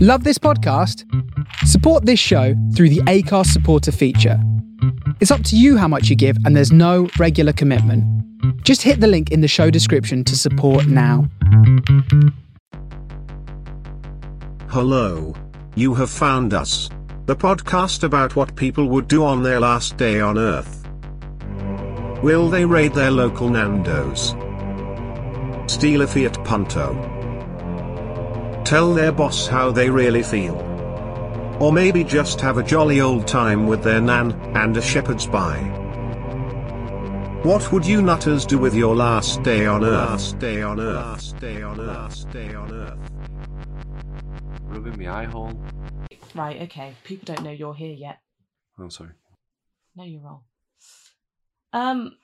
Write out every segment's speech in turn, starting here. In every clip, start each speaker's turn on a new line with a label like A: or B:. A: Love this podcast? Support this show through the ACARS supporter feature. It's up to you how much you give, and there's no regular commitment. Just hit the link in the show description to support now.
B: Hello. You have found us. The podcast about what people would do on their last day on Earth. Will they raid their local Nando's? Steal a Fiat Punto? Tell their boss how they really feel? Or maybe just have a jolly old time with their nan, and a shepherd's pie? What would you nutters do with your last day on Earth? Last day on Earth. Last day on Earth. Last day on Earth.
C: Rubbing my eye hole.
D: Right, okay. People don't know you're here yet.
C: Oh, sorry.
D: No, you're wrong. Um,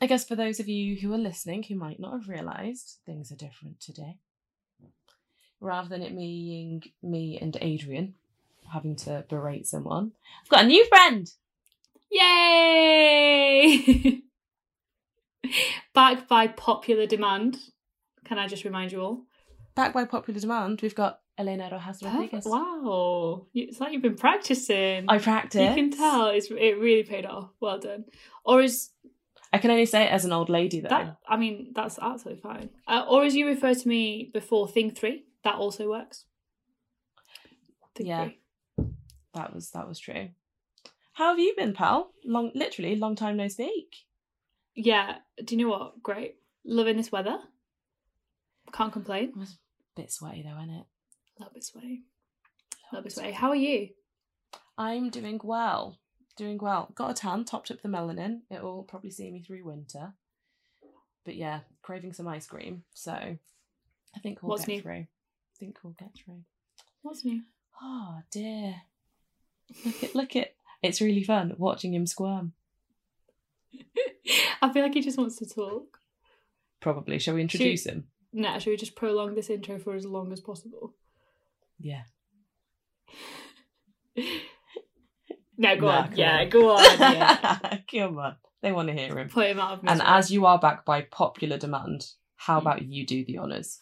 D: I guess for those of you who are listening who might not have realised, things are different today. Rather than it being me and Adrian having to berate someone, I've got a new friend.
E: Yay! Back by popular demand. Can I just remind you all?
D: Back by popular demand, we've got Elena Rojas Rodriguez.
E: Perfect. Wow. You- It's like you've been practicing.
D: I practice.
E: You can tell it's it really paid off. Well done. Or is
D: I can only say it as an old lady though.
E: that? I mean, that's absolutely fine. Uh, or as you referred to me before, thing three. That also works.
D: Yeah. That was that was true. How have you been, pal? Long, literally, long time no speak.
E: Yeah. Do you know what? Great. Loving this weather. Can't complain.
D: It was a bit sweaty though, wasn't it?
E: Love this way. Love this way. How are you?
D: I'm doing well. Doing well. Got a tan, topped up the melanin. It'll probably see me through winter. But yeah, craving some ice cream. So I think we'll
E: What's
D: get
E: new?
D: through. I think we'll get through.
E: What's new?
D: Oh dear. Look at look at it's really fun watching him squirm.
E: I feel like he just wants to talk.
D: Probably. Shall we introduce him?
E: Nah, should we just prolong this intro for as long as possible?
D: Yeah.
E: No, go
D: Nah,
E: on.
D: go
E: yeah,
D: on.
E: go on. Yeah.
D: Come on. They want to hear him.
E: Put him out of
D: And
E: misery.
D: as you are back by popular demand, how
E: Hmm.
D: about you do the honours?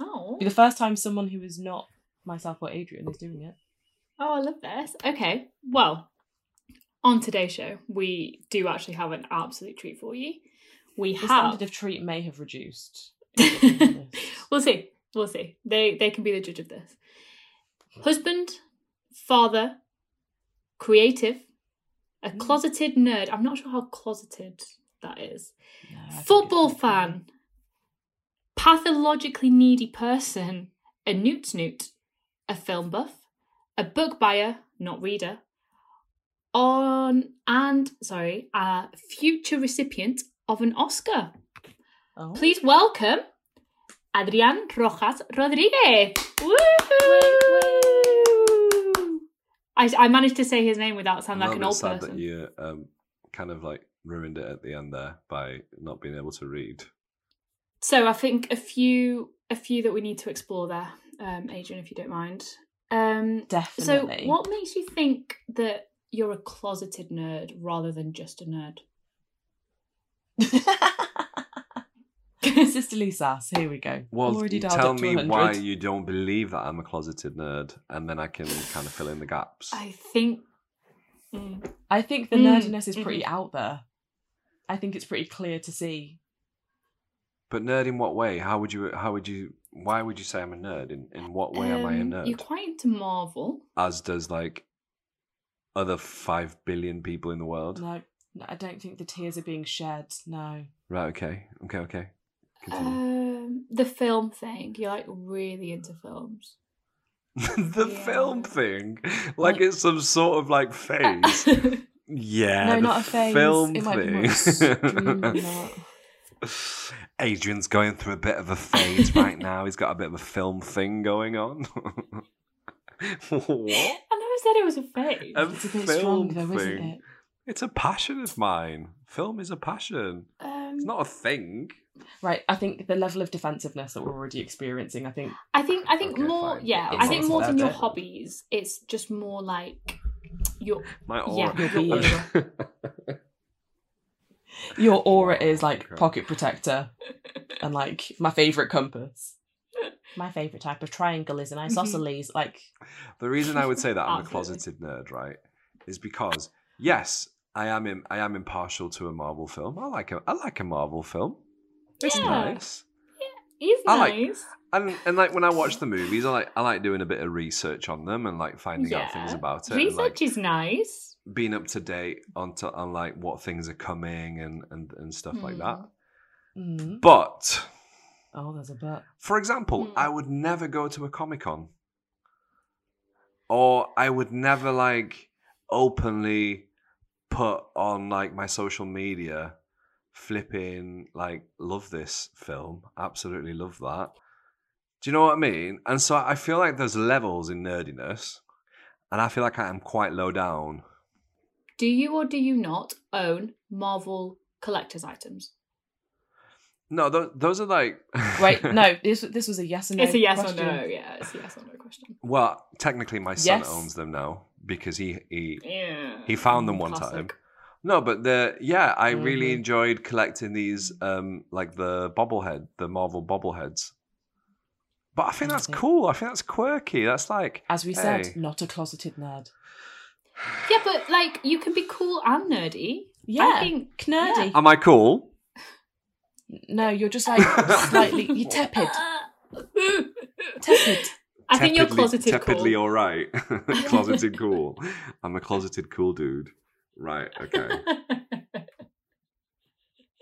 E: oh.
D: Be the first time someone who is not myself or Adrian is doing it.
E: oh, I love this. Okay, well, on today's show, we do actually have an absolute treat for you. We
D: The
E: have.
D: standard of treat may have reduced.
E: we'll see. We'll see. They they can be the judge of this. Husband, father, creative, a closeted nerd. I'm not sure how closeted that is. Football fan, pathologically needy person, a newt snoot, a film buff, a book buyer, not reader, on and sorry, a future recipient of an Oscar.
D: Oh.
E: Please welcome Adrián Rojas Rodríguez. Woo! I, I managed to say his name without sounding like an old
C: sad
E: person.
C: that you um, kind of like ruined it at the end there by not being able to read.
E: So I think a few a few that we need to explore there, um, Adrian, if you don't mind. Um,
D: Definitely.
E: So what makes you think that you're a closeted nerd rather than just a nerd?
D: Sisterly sass. Here we go.
C: Well,
D: Already
C: you
D: dialed
C: tell
D: up to
C: me
D: 100.
C: why you don't believe that I'm a closeted nerd, and then I can kind of fill in the gaps.
E: I think. Mm.
D: I think the
E: Mm,
D: nerdiness is pretty out there. I think it's pretty clear to see.
C: But nerd in what way? How would you? How would you? Why would you say I'm a nerd? In in what way am I a
E: Um,
C: nerd?
E: You're quite into Marvel.
C: As does like other five billion people in the world.
D: No, no, I don't think the tears are being shed. No.
C: Right? Okay. Okay. Okay. Continue.
E: Um, the film thing. You're like really into films.
C: the
E: yeah.
C: film thing, like, it's some sort of like phase. yeah.
D: no,
C: the
D: not a phase.
C: Film
D: it might be Mm, more extreme than
C: thing.
D: that.
C: Adrian's going through a bit of a phase right now. He's got a bit of a film thing going on. what?
E: I never said it was a phase.
C: A
D: It's a bit
C: film
D: strong though, isn't
C: thing.
D: it?
C: It's a passion of mine. Film is a passion.
E: Um,
C: It's not a thing.
D: Right, I think the level of defensiveness that we're already experiencing, I think
E: I think I think
C: Okay,
E: more
C: fine.
E: yeah,
D: It's
E: I think
D: not
E: more than
D: that
E: your
D: different.
E: hobbies. It's just more like your
C: My
E: yeah,
C: aura.
D: Your
E: your aura.
D: your aura is like
C: Okay.
D: pocket protector and like my favourite compass. My favourite type of triangle is an
E: Mm-hmm.
D: isosceles. like,
C: The reason I would say that I'm a
E: Absolutely.
C: closeted nerd, right, is because yes, I am. im I am impartial to a Marvel film. I like a. I like a Marvel film. It's
E: Yeah.
C: nice.
E: He's
C: I like-
E: nice.
C: And and like when I watch the movies, I like I like doing a bit of research on them and like finding out things
E: Yeah.
C: about it. and,
E: Research
C: like,
E: is nice.
C: being up to date on to, on like what things are coming and and, and stuff like that.
E: Hmm.
D: mm.
C: But
D: oh, there's a but.
C: for example,
E: Hmm.
C: I would never go to a comic con, or I would never like openly put on like my social media flipping like love this film absolutely love that do you know what i mean and so i feel like there's levels in nerdiness and i feel like i am quite low down
E: Do you or do you not own Marvel collector's items?
C: No, those, those are like.
D: Wait, no. This this was a yes and no.
E: it's a yes
D: question.
E: or no. Yeah, it's a yes or no question.
C: Well, technically, my son
D: Yes.
C: owns them now because he he
E: Yeah. Mm,
C: he found them one time.
E: Classic.
C: No, but the yeah, I really
E: Mm-hmm.
D: Mhm.
C: enjoyed collecting these, um, like the bobblehead, the Marvel bobbleheads. But I think that's
D: Okay.
C: cool. I think that's quirky. That's like
D: As we said,
C: Hey.
D: not a closeted nerd.
E: Yeah, but like you can be cool and nerdy.
D: Yeah,
E: I think
D: nerdy.
C: Am I cool?
D: No, you're just like slightly. You're tepid. Tepid.
E: I think
C: Tepidly-
E: you're closeted
C: Tepidly
E: cool.
C: all right. closeted cool. I'm a closeted cool dude. Right. Okay.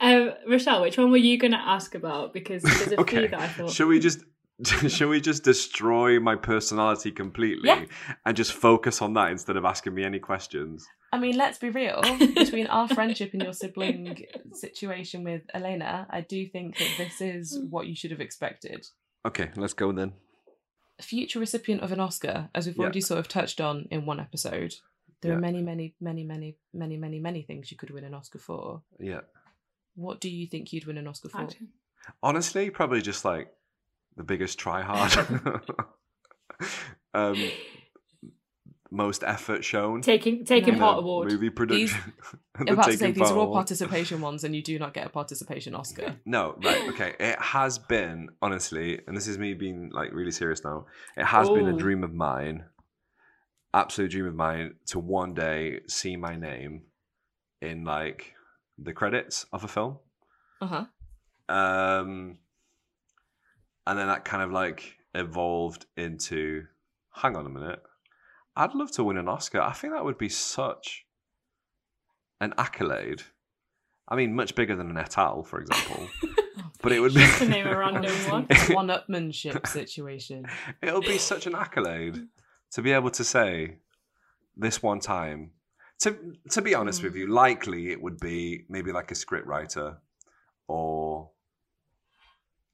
E: um, Rochelle, which one were you going to ask about? Because there's a few
C: Okay.
E: that I thought.
C: Shall we just shall we just destroy my personality completely
D: Yeah.
C: and just focus on that instead of asking me any questions?
D: I mean, let's be real. Between our friendship and your sibling situation with Elena, I do think that this is what you should have expected.
C: Okay, let's go then.
D: Future recipient of an Oscar, as we've
C: Yeah.
D: already sort of touched on in one episode, there
C: Yeah.
D: are many, many, many, many, many, many, many things you could win an Oscar for.
C: Yeah.
D: What do you think you'd win an Oscar for?
E: Action.
C: Honestly, probably just like the biggest try hard. um most effort shown.
E: Taking taking
C: in
D: No.
E: part
C: the
E: award.
C: Movie production. The
D: I'm about to say
C: Taking
D: these
C: Part
D: are all
C: Award.
D: participation ones, and you do not get a participation Oscar.
C: No, right, okay. It has been, honestly, and this is me being like really serious now. It has been a
E: Ooh.
C: dream of mine, absolute dream of mine, to one day see my name in like the credits of a film.
D: Uh huh.
C: Um, and then that kind of like evolved into hang on a minute. I'd love to win an Oscar. I think that would be such an accolade. I mean, much bigger than an et al., for example. but it would be
E: Just to name a random one.
D: One upmanship situation.
C: It'll be such an accolade to be able to say this one time. To to be honest
D: Hmm.
C: with you, likely it would be maybe like a script writer or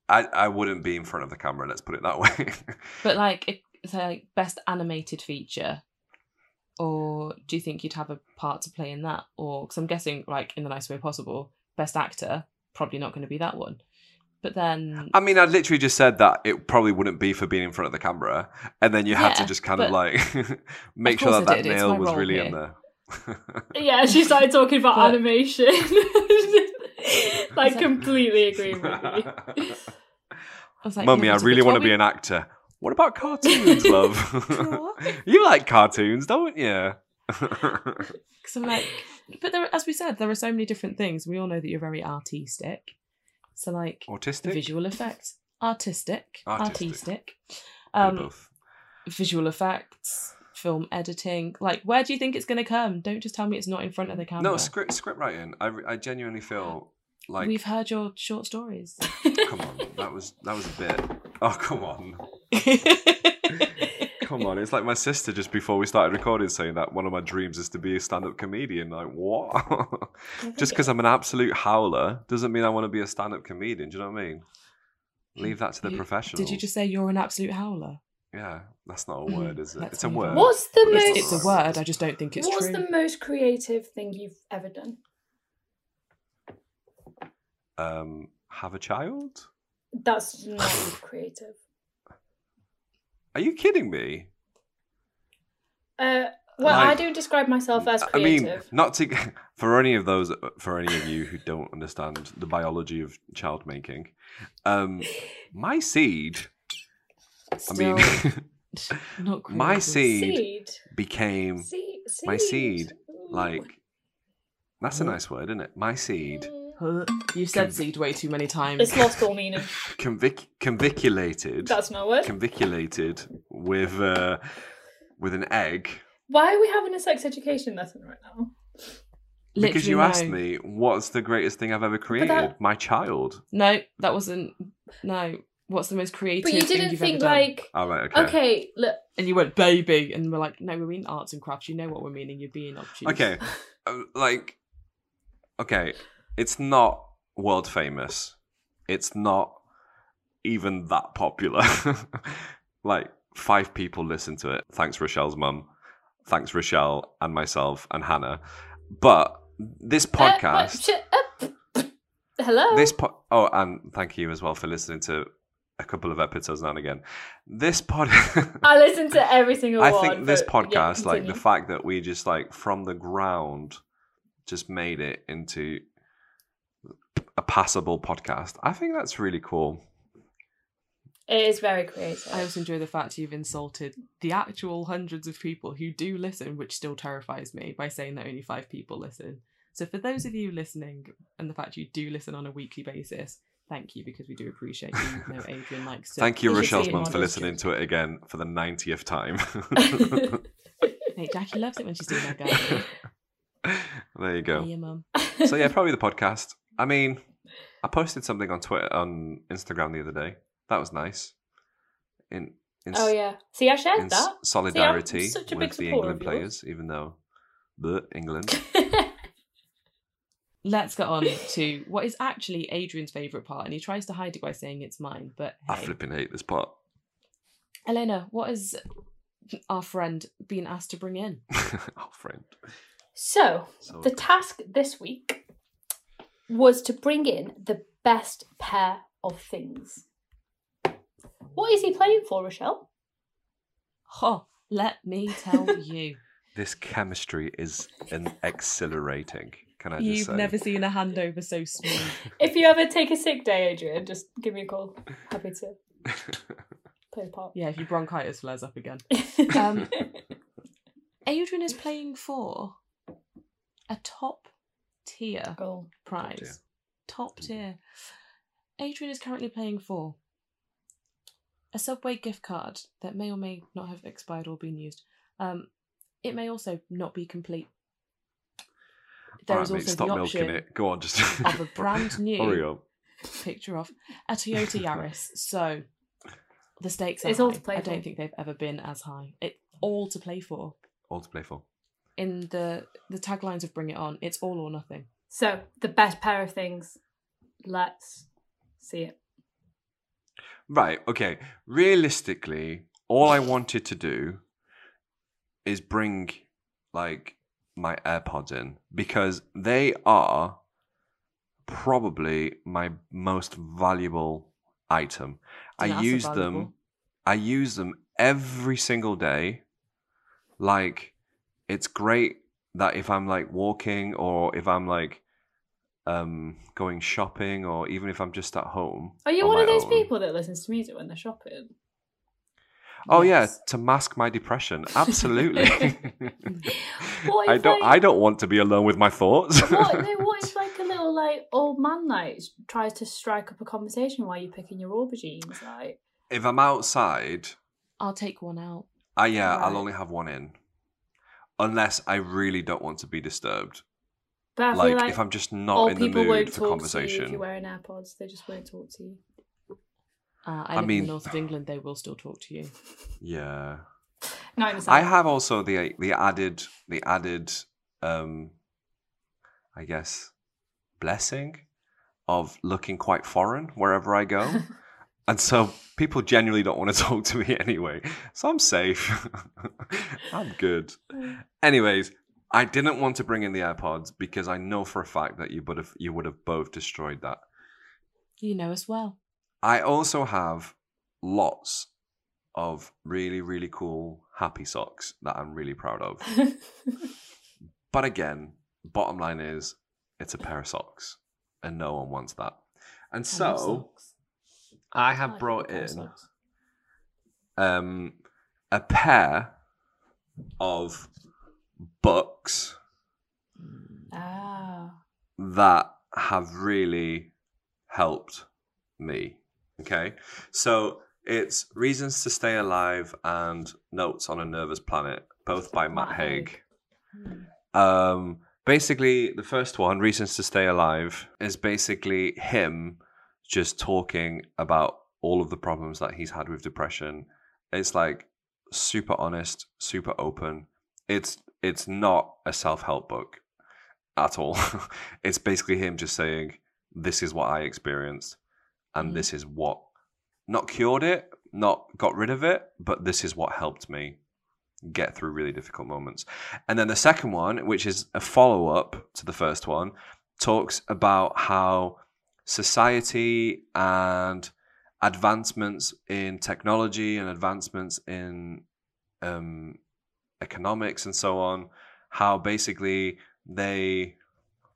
C: I I wouldn't be in front of the camera, let's put it that way.
D: But like, if, so, like best animated feature, or do you think you'd have a part to play in that? Or because I'm guessing, like in the nice way possible, best actor probably not going to be that one. But then,
C: I mean, I literally just said that it probably wouldn't be for being in front of the camera, and then you had to
D: Yeah,
C: just kind
D: but-
C: of like make sure
D: course
C: that
D: I
C: that
D: did, it's
C: nail
D: my
C: was
D: role
C: really in
D: here.
C: there.
E: Yeah, she started talking about
D: But-
E: animation. like
D: So-
E: completely agree with you.
D: I was like,
C: Mummy, I
D: yeah, there's a
C: really
D: good-
C: want
D: what
C: to be
D: we-
C: an actor. What about cartoons, love? you like cartoons, don't you?
D: Because I'm like, but there, as we said, there are so many different things. We all know that you're very artistic. So like,
C: Autistic?
D: visual effects, artistic,
C: Artistic.
D: artistic,
C: Bit of
D: um,
C: both.
D: visual effects, film editing. Like, where do you think it's going to come? Don't just tell me it's not in front of the camera.
C: No, script script writing. I, I genuinely feel like
D: We've heard your short stories.
C: come on, that was that was a bit. Oh come on, come on! It's like my sister just before we started recording saying that one of my dreams is to be a stand up comedian. Like what? just because I'm an absolute howler doesn't mean I want to be a stand up comedian. Do you know what I mean? Leave that to the
D: You-
C: professionals.
D: Did you just say you're an absolute howler?
C: Yeah, that's not a
D: Mhm,
C: word, is it?
D: that's
C: uh, It's a
D: what you
C: word.
D: thought.
E: What's the
C: But
E: most?
D: It's a word. I just don't think it's
E: what's
D: true.
E: the most creative thing you've ever done?
C: Um, have a child?
E: That's not creative.
C: Are you kidding me?
E: Uh, Well, I
C: Like-
E: do describe myself as
C: I
E: creative.
C: mean, not to for any of those for any of you who don't understand the biology of child making. Um, my seed, I mean,
D: not creative.
C: my seed
E: seed.
C: became
E: seed.
C: my seed, like that's a
D: Mm.
C: nice word, isn't it? My seed
E: Mm.
D: Huh? You've said seed way too many times.
E: It's lost all meaning.
C: convic- conviculated,
E: That's my word.
C: conviculated with uh, with an egg
E: Why are we having a sex education lesson right now?
C: because
D: Literally
C: you asked
D: no.
C: me what's the greatest thing I've ever created.
E: that-
C: My child.
D: No, that wasn't. No, what's the most creative?
E: But you
D: thing
E: didn't
D: you've
E: think
D: ever done?
E: like,
C: All right. Okay.
E: okay, look,
D: And you went baby, and we're like, no, we mean arts and crafts. You know what we're meaning. You're being obtuse.
C: Okay. uh, like, okay, it's not world famous. It's not even that popular. like, five people listen to it. Thanks, Rochelle's mum. Thanks, Rochelle, and myself, and Hannah. But this
E: uh,
C: podcast,
E: but sh- uh, hello.
C: this po- oh, and thank you as well for listening to a couple of episodes now and again. This pod.
E: I listen to every single
C: I
E: one.
C: think this
E: but- yeah,
C: podcast, like the
E: continue.
C: fact that we just like from the ground, just made it into a passable podcast. I think that's really cool.
E: it is very creative.
D: I also enjoy the fact you've insulted the actual hundreds of people who do listen, which still terrifies me by saying that only five people listen. So, for those of you listening and the fact you do listen on a weekly basis, thank you because we do appreciate you. You know Adrian likes to.
C: Thank you,
E: you should
C: Rochelle's
E: see it
C: mum, for
E: modelled.
C: listening to it again for the ninetieth time.
D: Mate, Jackie loves it when she's doing that, guy.
C: there you
D: Yeah,
C: go.
D: mum.
C: So yeah, probably the podcast. I mean, I posted something on Twitter on Instagram the other day. That was nice. In, in
E: Oh yeah. See, I shared
C: in s-
E: that.
C: solidarity
E: such a big
C: with the
E: supporter
C: England
E: of yours.
C: players, even though the England.
D: Let's get on to what is actually Adrian's favourite part, and he tries to hide it by saying it's mine, but
C: I
D: hey.
C: flipping hate this part.
D: Elena, what has our friend been asked to bring in?
C: Our Oh, friend.
E: so
C: So
E: the task this week was to bring in the best pair of things. What is he playing for, Rochelle?
D: Oh, let me tell you.
C: this chemistry is an exhilarating. Can I just
D: You've
C: say?
D: never seen a handover so smooth.
E: If you ever take a sick day, Adrian, just give me a call. Happy to play the part.
D: Yeah, if your bronchitis flares up again. Um, Adrian is playing for a top tier
E: Cool.
D: prize. Top tier. Adrian is currently playing for a Subway gift card that may or may not have expired or been used. Um, it may also not be complete. There
C: All
D: is
C: right, mate,
D: also
C: stop
D: the
C: milking
D: option
C: it. Go on, just
D: of a brand new
C: Hurry up.
D: picture of a Toyota Yaris. So the stakes are
E: It's
D: high.
E: all to play
D: I don't
E: for.
D: think they've ever been as high. It all to play for.
C: All to play for.
D: In the the taglines of Bring It On, it's all or nothing.
E: So the best pair of things. Let's see it.
C: Right, okay. Realistically, all I wanted to do is bring like my AirPods in because they are probably my most valuable item.
D: Yeah,
C: I
D: that's
C: use
D: valuable.
C: them I use them every single day. Like it's great that if I'm like walking or if I'm like um going shopping or even if I'm just at home.
E: Are you
C: on
E: one of
C: Oh, my
E: those
C: own.
E: people that listens to music when they're shopping?
C: Oh
D: Yes.
C: yeah, to mask my depression. Absolutely.
E: What
C: I
E: if
C: don't.
E: I-
C: I don't want to be alone with my thoughts.
E: What? No, what if like a little like old man like tries to strike up a conversation while you're picking your aubergines? Like,
C: if I'm outside,
D: I'll take one out.
C: I yeah, I'll
E: Right.
C: only have one in, unless I really don't want to be disturbed.
E: but I
C: Like,
E: feel like
C: if I'm just
E: old
C: not in the
E: people won't
C: mood for
E: talk to you if
C: conversation.
E: you're wearing AirPods. They just won't talk to you.
D: Uh,
C: I
D: I, live in
C: mean-
D: the north of England. They will still talk to you.
C: yeah,
E: Not in the
C: I
E: south.
C: have also the the added the added, um, I guess, blessing of looking quite foreign wherever I go. And so people genuinely don't want to talk to me anyway. So I'm safe. I'm good. Anyways, I didn't want to bring in the AirPods because I know for a fact that you would have you would have both destroyed that.
D: You know as well.
C: I also have lots of really, really cool happy socks that I'm really proud of. But again, bottom line is it's a pair of socks, and no one wants that. And so I have
D: Oh,
C: brought in um, a pair of books
F: Ah,
C: that have really helped me. Okay. So it's Reasons to Stay Alive and Notes on a Nervous Planet, both by Matt
F: Matt
C: Haig.
F: Haig.
C: Um, basically, the first one, Reasons to Stay Alive, is basically him just talking about all of the problems that he's had with depression. It's like super honest, super open. It's it's not a self-help book at all. it's basically him just saying, "This is what I experienced, and
F: Mhm.
C: this is what not cured it, not got rid of it, but this is what helped me get through really difficult moments." And then the second one, which is a follow-up to the first one, talks about how society and advancements in technology and advancements in um, economics and so on, how basically they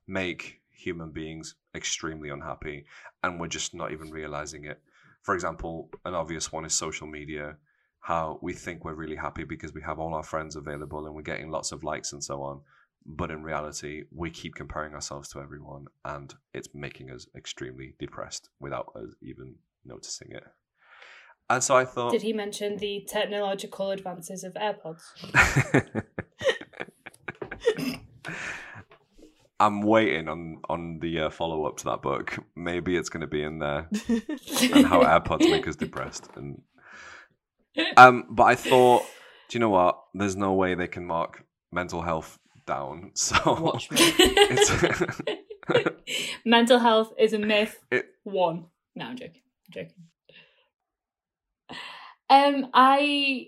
C: make human beings extremely unhappy and we're just not even realizing it. For example, an obvious one is social media, how we think we're really happy because we have all our friends available and we're getting lots of likes and so on. But in reality, we keep comparing ourselves to everyone and it's making us extremely depressed without us even noticing it. And so I thought.
E: Did he mention the technological advances of AirPods?
C: I'm waiting on on the uh, follow up to that book. Maybe it's going to be in there and how AirPods make us depressed. And um, but I thought, do you know what? There's no way they can mark mental health down. So
F: watch me.
C: It's-
E: Mental health is a myth.
C: It-
E: One. No, I'm joking. I'm joking. Um, I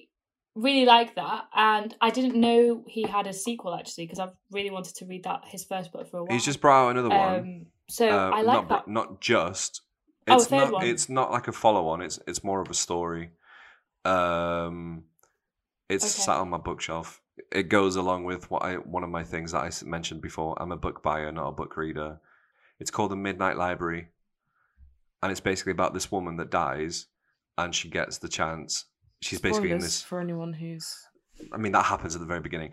E: really like that, and I didn't know he had a sequel actually because I've really wanted to read that his first book for a while.
C: he's just brought out another one.
E: Um, so
C: Uh,
E: I
C: not,
E: like
C: br-
E: that.
C: not just.
E: Oh,
C: It's not.
E: third one.
C: It's not like a follow on. It's it's more of a story. Um, it's
E: Okay.
C: sat on my bookshelf. It goes along with what I one of my things that I s- mentioned before. I'm a book buyer, not a book reader. It's called the Midnight Library, and it's basically about this woman that dies, and she gets the chance. She's basically in
F: Spoilers
C: this.
F: for anyone who's
C: I mean, that happens at the very beginning.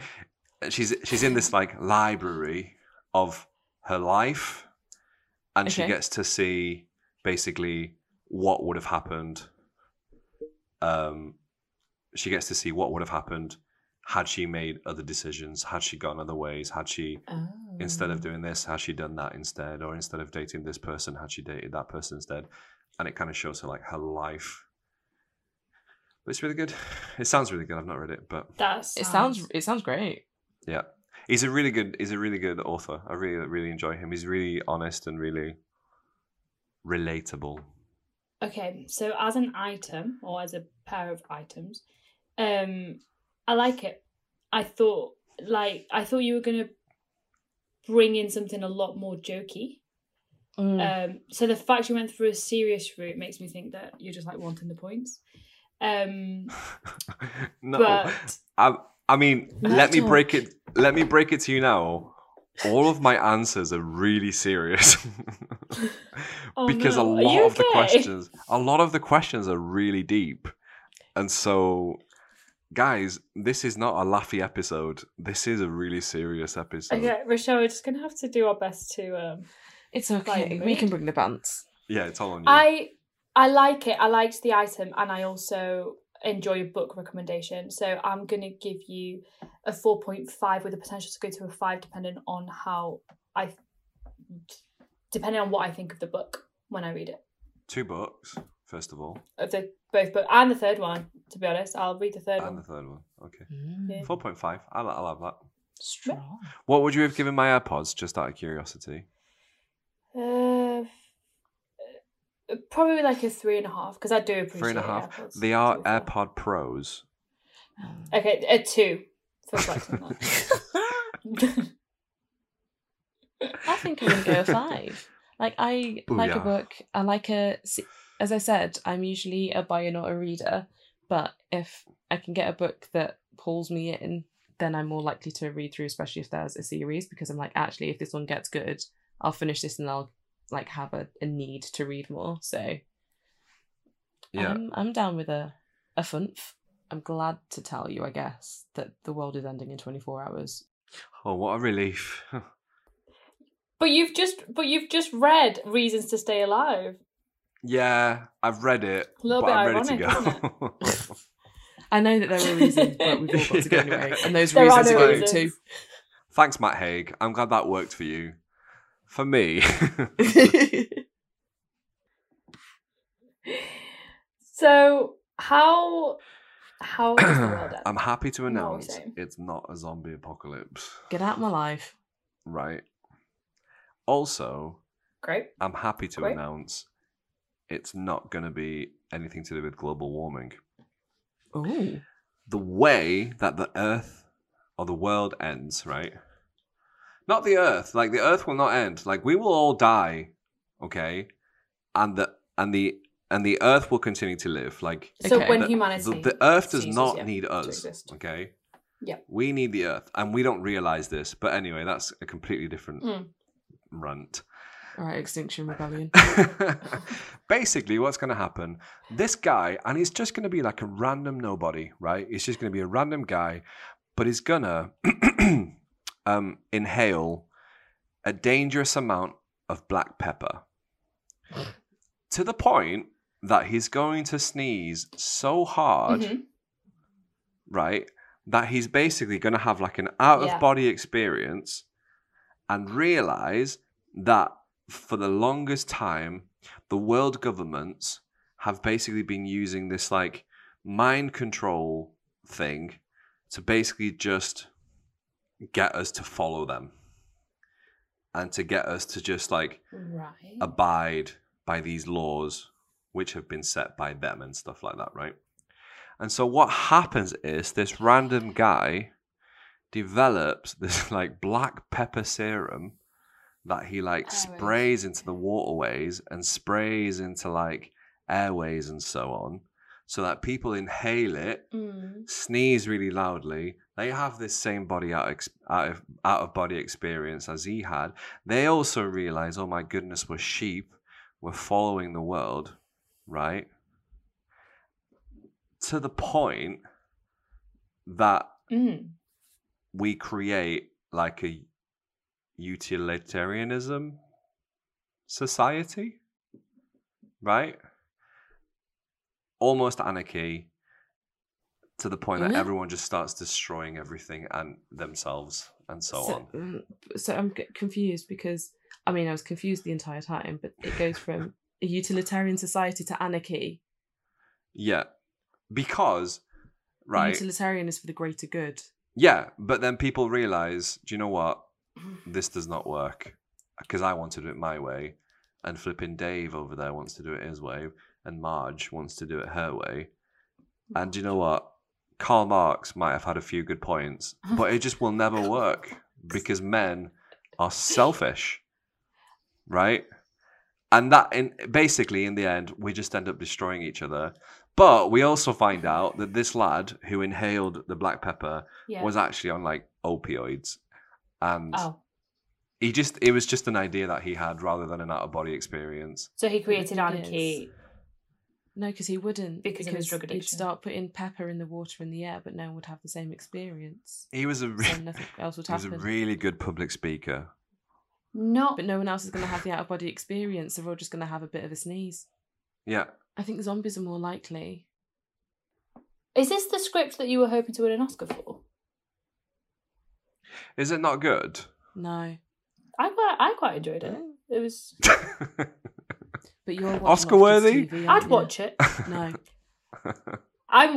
C: She's she's in this like library of her life, and she
F: Okay.
C: gets to see basically what would have happened. Um, she gets to see what would have happened had she made other decisions, had she gone other ways, had she
F: oh.
C: instead
E: Mm.
C: of doing this, has she done that instead? Or instead of dating this person, had she dated that person instead? And it kind of shows her like her life. But it's really good. It sounds really good. I've not read it, but
E: That
F: It sounds it sounds great.
C: yeah, he's a really good. He's a really good author. I really really enjoy him. He's really honest and really relatable.
E: Okay, so as an item or as a pair of items, um, I like it. I thought like I thought you were gonna bring in something a lot more jokey.
D: Hmm.
F: Mm. Uh,
E: Um, so the fact you went through a serious route makes me think that you're just like wanting the points. Um,
C: no,
E: but
C: I I mean, let me
F: Metal.
C: break it. Let me break it to you now. All of my answers are really serious
E: Oh
C: because
E: no,
C: a
E: are
C: lot
E: you
C: of the
E: okay?
C: questions, a lot of the questions are really deep, and so, guys, this is not a laughy episode. This is a really serious episode.
E: okay, Rochelle, we're just gonna have to do our best to. Um,
F: it's
E: okay,
F: okay.
E: like,
F: we
E: we
F: can
E: can
F: bring the pants.
C: Yeah, it's all on you.
E: I I like it. I liked the item, and I also enjoy a book recommendation. So I'm gonna give you a four point five with the potential to go to a five, depending on how I, depending on what I think of the book when I read it.
C: Two books, first of all,
E: Of the both book and the third one. To be honest, I'll read the third
C: and the
E: one.
C: third one. Okay,
F: Mm.
E: Yeah.
C: four point five. I'll, I'll have that.
F: Strong.
C: What would you have given my AirPods? Just out of curiosity.
E: Uh, uh, probably like a three and a half because I do appreciate
C: Three and a half.
E: AirPods,
C: They are
E: to be fair.
C: AirPod Pros.
E: Okay, a two for flexing that.
F: I think I'm gonna go a five. Like I like a
C: Booyah.
F: book. I like a. As I said, I'm usually a buyer, not a reader.
D: But if I can get a book that pulls me in, then I'm more likely to read through, especially if there's a series, because I'm like, actually, if this one gets good, I'll finish this and I'll like have a, a need to read more. So
C: Yeah.
E: Um,
D: I'm, I'm down with a, a funf. I'm glad to tell you, I guess, that the world is ending in 24 hours.
C: oh, what a relief.
E: But you've just but you've just read Reasons to Stay Alive.
C: yeah, I've read it,
E: A little
C: but
E: bit
C: I'm ready
E: ironic,
C: to go.
D: I know that there were reasons, but we've all got to go anyway. And those
E: There are
D: reasons
C: no
D: go
E: reasons.
D: to.
C: Thanks, Matt Haig. I'm glad that worked for you. For me,
E: So how how is the world end?
C: I'm happy to
E: No,
C: announce
E: same.
C: it's not a zombie apocalypse,
D: Get out of my life.
C: right? Also,
E: Great.
C: I'm happy to
E: Great.
C: announce it's not going to be anything to do with global warming.
D: Oh.
C: The way that the Earth or the world ends, right? Not the Earth. Like the Earth will not end. Like we will all die, okay? And the and the and the Earth will continue to live. Like
E: So
D: Okay.
E: when
C: the,
E: humanity
C: the, the Earth does
E: ceases,
C: not
E: yeah,
C: need
E: to
C: us,
E: exist.
C: okay?
E: Yeah.
C: We need the Earth, and we don't realize this. But anyway, that's a completely different
E: Mm.
C: rant.
D: All right, Extinction Rebellion.
C: Basically, what's going to happen? This guy, and he's just going to be like a random nobody, right? He's just going to be a random guy, but he's gonna um, inhale a dangerous amount of black pepper to the point that he's going to sneeze so hard,
E: Mhm.
C: right, that he's basically going to have like an out
E: Yeah.
C: of body experience and realize that for the longest time, the world governments have basically been using this like mind control thing to basically just get us to follow them and to get us to just like
E: Right.
C: Um, abide by these laws which have been set by them and stuff like that, right? And so what happens is this random guy develops this like black pepper serum that he like
E: Airways.
C: sprays into the waterways and sprays into like airways and so on so that people inhale it
E: Mm.
C: sneeze really loudly. They have this same body out, ex- out of out of body experience as he had. They also realize, oh my goodness, we're sheep. We're following the world, right? To the point that
E: Mm.
C: we create like a utilitarianism society, right? Almost anarchy to the point that
D: Yeah.
C: everyone just starts destroying everything and themselves and so, on.
D: mm, So I'm g- confused because I mean I was confused the entire time, but it goes from a utilitarian society to anarchy.
C: Yeah. Because,
D: The
C: right.
D: Utilitarian is for the greater good.
C: yeah. But then people realize, do you know what? This does not work because I want to do it my way. And flipping Dave over there wants to do it his way. And Marge wants to do it her way. And do you know what? Karl Marx might have had a few good points, but it just will never work because men are selfish, right? And that, in basically, in the end, we just end up destroying each other. But we also find out that this lad who inhaled the black pepper
E: Yeah.
C: was actually on like opioids, and
E: oh.
C: he just it was just an idea that he had rather than an out of body experience.
E: So he created
D: Yes.
E: anarchy.
D: No, because he wouldn't.
E: Because of his drug
D: He'd
E: addiction.
D: start putting pepper in the water and the air, but no one would have the same experience.
C: He was a re-
D: So nothing else would
C: he was a
D: happen.
C: really good public speaker.
E: Not
D: But no one else is going to have the out of body experience. They're all just going to have a bit of a sneeze.
C: Yeah,
D: I think zombies are more likely.
E: Is this the script that you were hoping to win an Oscar for?
C: is it not good?
D: No,
E: I quite I quite enjoyed it. It was
D: but you're watching
C: Oscar
D: lots of
C: worthy?
D: kids' TV, aren't
E: I'd
D: you?
E: watch it.
D: No,
E: I'm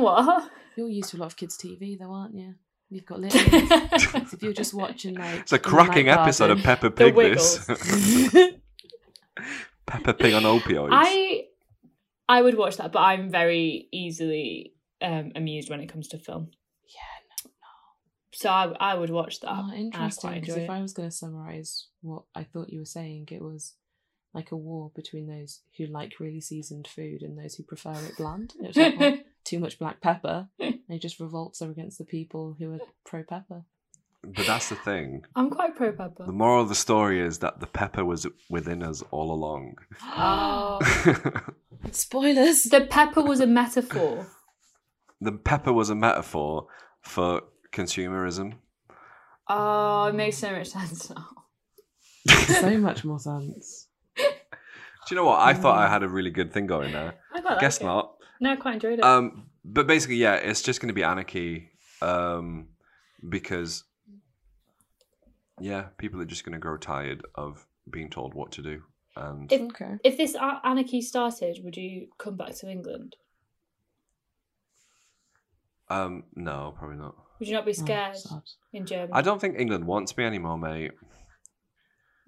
E: what?
D: you're used to a lot of kids' TV though, aren't you? You've got little. ones. So
E: the
D: if you're just watching like
C: It's a cracking episode of Peppa Pig.
E: Wiggles.
C: This Peppa Pig on opioids.
E: I I would watch that, but I'm very easily um, amused when it comes to film.
D: yeah,
E: So I I would watch that.
D: oh,
E: and I'd quite
D: interesting. Because
E: enjoy
D: if
E: it.
D: I was going to summarize what I thought you were saying, it was like a war between those who like really seasoned food and those who prefer it bland. And it was like, well,
F: too much black pepper, and he just revolts against the people who are pro pepper.
C: But that's the thing.
E: I'm quite pro pepper.
C: The moral of the story is that the pepper was within us all along.
E: Oh.
F: Spoilers.
E: the pepper was a metaphor.
C: the pepper was a metaphor for consumerism.
E: Oh, it makes so much sense now.
F: so much more sense.
C: Do you know what? I thought
E: Mm.
C: I had a really good thing going there.
E: I quite like
C: Guess
E: it.
C: not.
E: No, I quite enjoyed it.
C: Um, but basically, yeah, it's just going to be anarchy um, because, yeah, people are just going to grow tired of being told what to do. And
E: If-
F: okay.
E: if this a- anarchy started, would you come back to England?
C: um, no, probably not.
E: Would you not be
F: Oh,
E: scared
F: sad.
E: in Germany?
C: I don't think England wants me anymore, mate.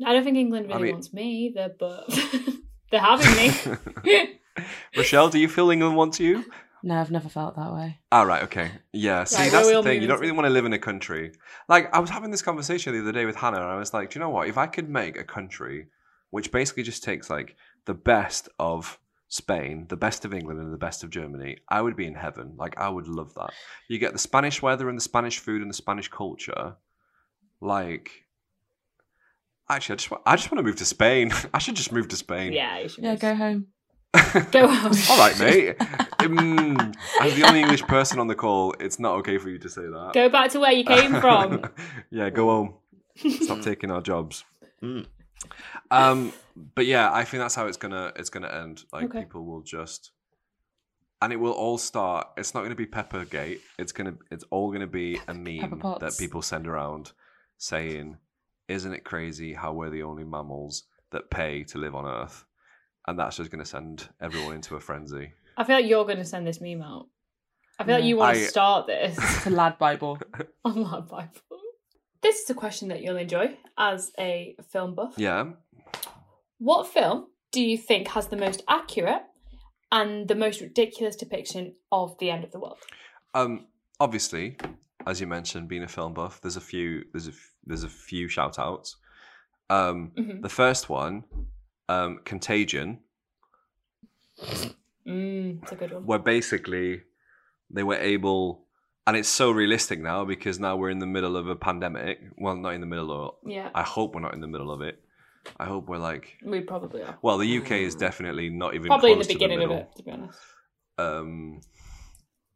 E: I don't think England really
C: I mean-
E: wants me either, but they're having me.
C: Rochelle, do you feel England wants you?
F: No, I've never felt that way.
C: Ah, right, okay. Yeah, see,
E: where
C: that's
E: we
C: the
E: all
C: thing. You
E: move
C: don't
E: into.
C: really want to live in a country. Like, I was having this conversation the other day with Hannah, and I was like, do you know what? If I could make a country which basically just takes, like, the best of Spain, the best of England, and the best of Germany, I would be in heaven. Like, I would love that. You get the Spanish weather and the Spanish food and the Spanish culture. Like, actually, I just, wa- I just want to move to Spain. I should just move to Spain.
E: yeah, you should
F: Yeah,
E: move.
F: go home.
E: Go out.
C: All right, mate. Mm, I'm the only English person on the call. It's not okay for you to say that.
E: Go back to where you came from.
C: yeah, go home. Stop taking our jobs. Um, but yeah, I think that's how it's gonna it's gonna end. Like
E: Okay.
C: people will just, and it will all start. It's not gonna be Peppergate. It's gonna it's all gonna be a meme that
F: Potts.
C: people send around saying, "Isn't it crazy how we're the only mammals that pay to live on Earth?" And that's just gonna send everyone into a frenzy.
E: I feel like you're going to send this meme out. I feel like you want
C: I-
E: to start this
F: It's a lad Bible.
E: on my Bible. This is a question that you'll enjoy as a film buff.
C: Yeah.
E: What film do you think has the most accurate and the most ridiculous depiction of the end of the world?
C: Um, obviously, as you mentioned, being a film buff, there's a few there's a f- there's a few shout outs. Um,
E: Mhm.
C: the first one, um, Contagion,
E: Mm, it's a good one.
C: where basically they were able, and it's so realistic now because now we're in the middle of a pandemic. Well, not in the middle of.
E: yeah,
C: I hope we're not in the middle of it. I hope we're like.
E: we probably are.
C: Well, the UK is definitely not even
E: Mm. Probably in the
C: close to
E: beginning of
C: middle.
E: it, to be honest.
C: Um,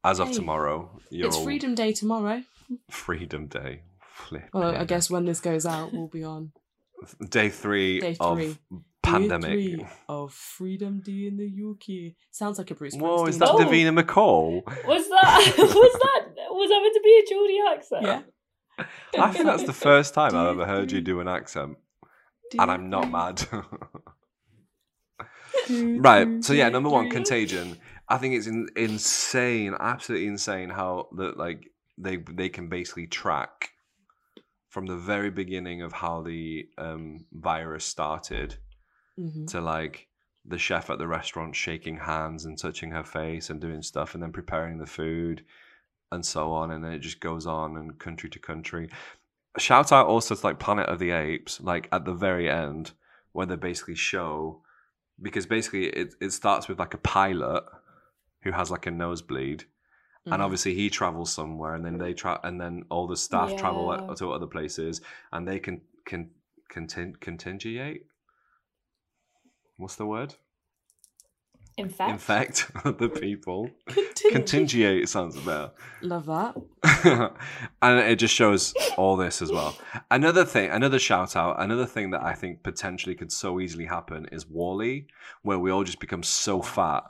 C: as of
F: Hey,
C: tomorrow, you're
F: it's
C: all
F: Freedom Day tomorrow.
C: Freedom Day. Flip.
F: Well, I guess when this goes out, we'll be on
C: day three,
F: Day
C: of
F: three.
C: pandemic.
F: Day three of Freedom Day in the UK. Sounds like a Bruce.
C: Whoa, is
F: Springsteen
C: that
E: Oh.
F: song.
C: Davina McCall?
E: Was that was that was that meant to be a Geordie accent?
F: Yeah.
C: I think that's the first time I've
F: Day
C: ever heard you
F: three.
C: do an accent,
F: Day
C: and I'm not
F: three.
C: mad.
F: Day three.
C: right, so yeah, number one,
F: Day three.
C: Contagion. I think it's in- insane, absolutely insane how that like they they can basically track from the very beginning of how the um, virus started
F: Mhm.
D: Mm.
C: to like the chef at the restaurant shaking hands and touching her face and doing stuff and then preparing the food and so on and then it just goes on and country to country shout out also to like planet of the apes like at the very end where they basically show because basically it, it starts with like a pilot who has like a nosebleed
F: Mhm.
D: Mm-hmm.
C: and obviously he travels somewhere and then they tra- and then all the staff travel
E: Yeah.
C: o- to other places and they can can contin- contingiate what's the word
E: In fact.
C: infect other people
F: Contingent.
C: contingiate sounds better
F: Love that.
C: and it just shows all this as well another thing another shout out another thing that i think potentially could so easily happen is wally where we all just become so fat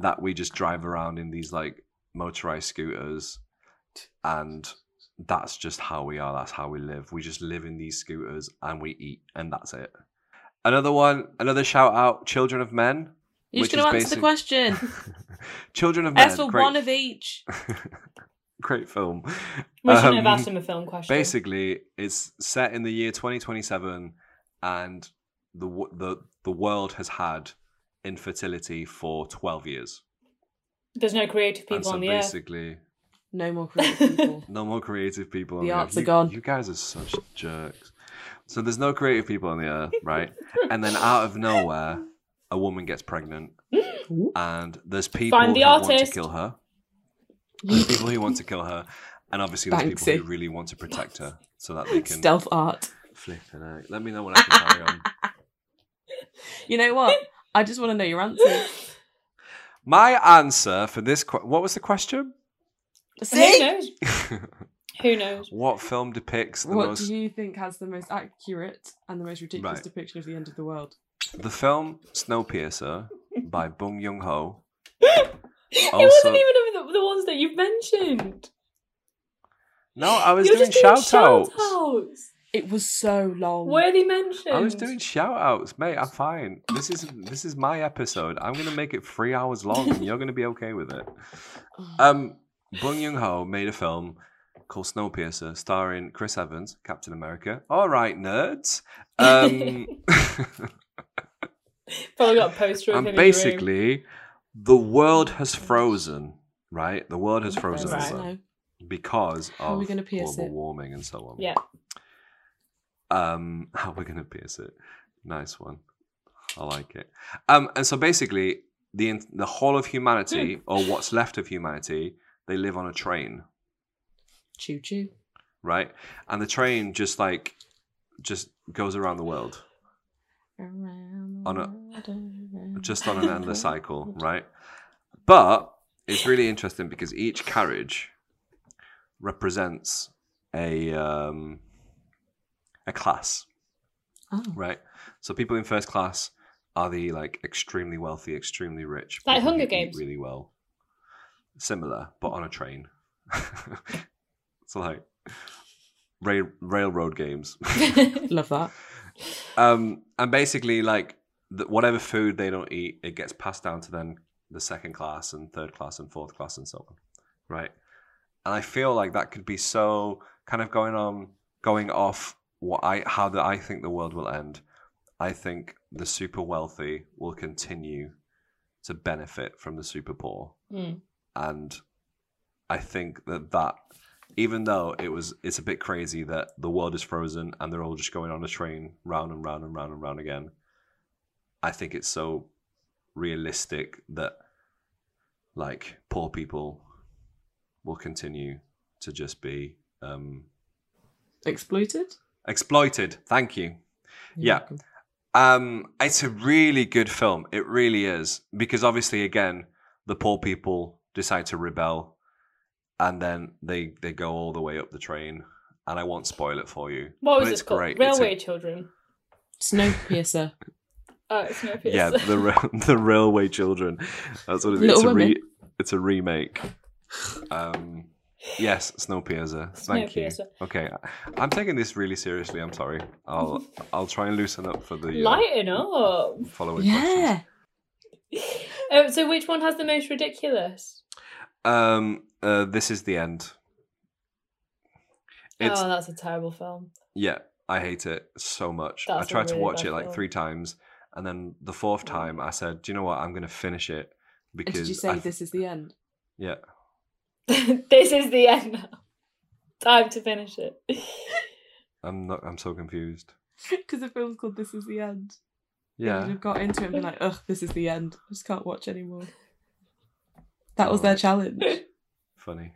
C: that we just drive around in these like motorized scooters and that's just how we are that's how we live we just live in these scooters and we eat and that's it another one another shout out children of men
F: You're
C: Which
F: just going to
C: is
F: answer
C: basic-
F: the question.
C: children of men
F: As for
C: great,
F: one of each.
C: great film
E: We shouldn't
C: Um,
E: have asked him a film question.
C: basically it's set in the year 2027 and the wo- the the world has had infertility for 12 years
E: There's no creative people
C: and so
E: on the earth.
C: basically
F: No more creative people.
C: no more creative people on
F: The
C: the
F: arts
C: earth.
F: are
C: You-
F: gone.
C: you guys are such jerks so there's no creative people on the earth right and then out of nowhere a woman gets pregnant and there's people
E: Find the
C: who want to
E: artist.
C: kill her There's people who want to kill her, and obviously there's people who
D: Banksy.
C: really want to protect her so that they can
D: Stealth art.
C: flip and out. Let me know when I can carry on.
D: You know what? I just want to know your answer.
C: My answer for this que- what was the question?
E: Who
D: See?
E: knows? Who knows?
C: what film depicts the
D: What
C: most
D: do you think has the most accurate and the most ridiculous
C: Right.
D: depiction of the end of the world?
C: the film Snowpiercer by Bong Joon-ho?
E: it
C: Also-
E: wasn't even of the, the ones that you've mentioned.
C: No, I was
E: You're
C: doing
E: just doing
C: shout outs.
E: shout-outs.
D: It was so long.
E: Where are they mentioned?
C: I was doing shout outs, mate. I'm fine. This is this is my episode. I'm gonna make it three hours long and you're gonna be okay with it.
F: Oh,
C: Um Bung Young Ho made a film called Snowpiercer starring Chris Evans, Captain America. Alright, nerds. Um
E: Probably got a poster of him
C: and
E: in your room.
C: basically the world has frozen, right? The world has frozen
E: Right.
C: over because
D: are
C: of
D: we gonna pierce
C: global
D: it?
C: warming and so on.
E: Yeah.
C: um how we're gonna pierce it nice one i like it um and so basically the in- the whole of
D: Hmm.
C: humanity or what's left of humanity they live on a train
D: Choo choo.
C: right and the train just like just goes around the world
D: Around
C: On a-
D: a,
C: just on an endless cycle right but it's really interesting because each carriage represents a um a class right so people in first class are the like extremely wealthy extremely rich
E: Like
C: people who
E: Hunger
C: eat
E: Games.
C: really well similar but on a train so like rail- railroad games
E: Hmm.
D: Love that.
C: um and basically like the, whatever food they don't eat it gets passed down to them the second class and third class and fourth class and so on right and i feel like that could be so kind of going on going off what i how that i think the world will end i think the super wealthy will continue to benefit from the super poor
E: Mm.
C: and i think that that even though it was it's a bit crazy that the world is frozen and they're all just going on a train round and round and round and round again i think it's so realistic that like poor people will continue to just be um
D: Exploited?
C: exploited thank you
D: You're
C: Yeah.
D: welcome.
C: um, it's a really good film. It really is because obviously, again, the poor people decide to rebel, and then they they go all the way up the train. And I won't spoil it for you.
E: What
C: but
E: was
C: it's
E: this called?
C: great. It's a-
E: Railway Children.
D: Snowpiercer.
E: Oh, it's no
C: yeah, the ra- the Railway Children. That's what it is.
D: Little
C: it's a
D: Women.
C: re- it's a remake. Um, yes, Snowpiercer. Thank you.
E: Snowpiercer.
C: Okay, I- I'm taking this really seriously. I'm sorry. I'll I'll try and loosen up for the uh,
E: Lighten up.
C: following questions.
D: yeah.
E: Oh, so which one has the most ridiculous?
C: Um, uh, this is the end. It's
E: Oh, that's a terrible film.
C: yeah, I hate it so much. I
E: That's a
C: tried to
E: really
C: watch
E: bad
C: it like
E: film.
C: three times, and then the fourth time I said, "Do you know what? I'm gonna finish it
D: Mm-hmm. And
C: because."
D: Did you say
C: I th-
D: this is the end?
C: Yeah,
E: this is the end now. Time to finish it.
C: I'm not. I'm so confused.
D: Because the film's called This Is the End. Yeah. You'd
C: Yeah,
D: have got into it and been like, ugh, this is the end. I just can't watch anymore. That was their
C: Alright.
D: challenge.
C: funny.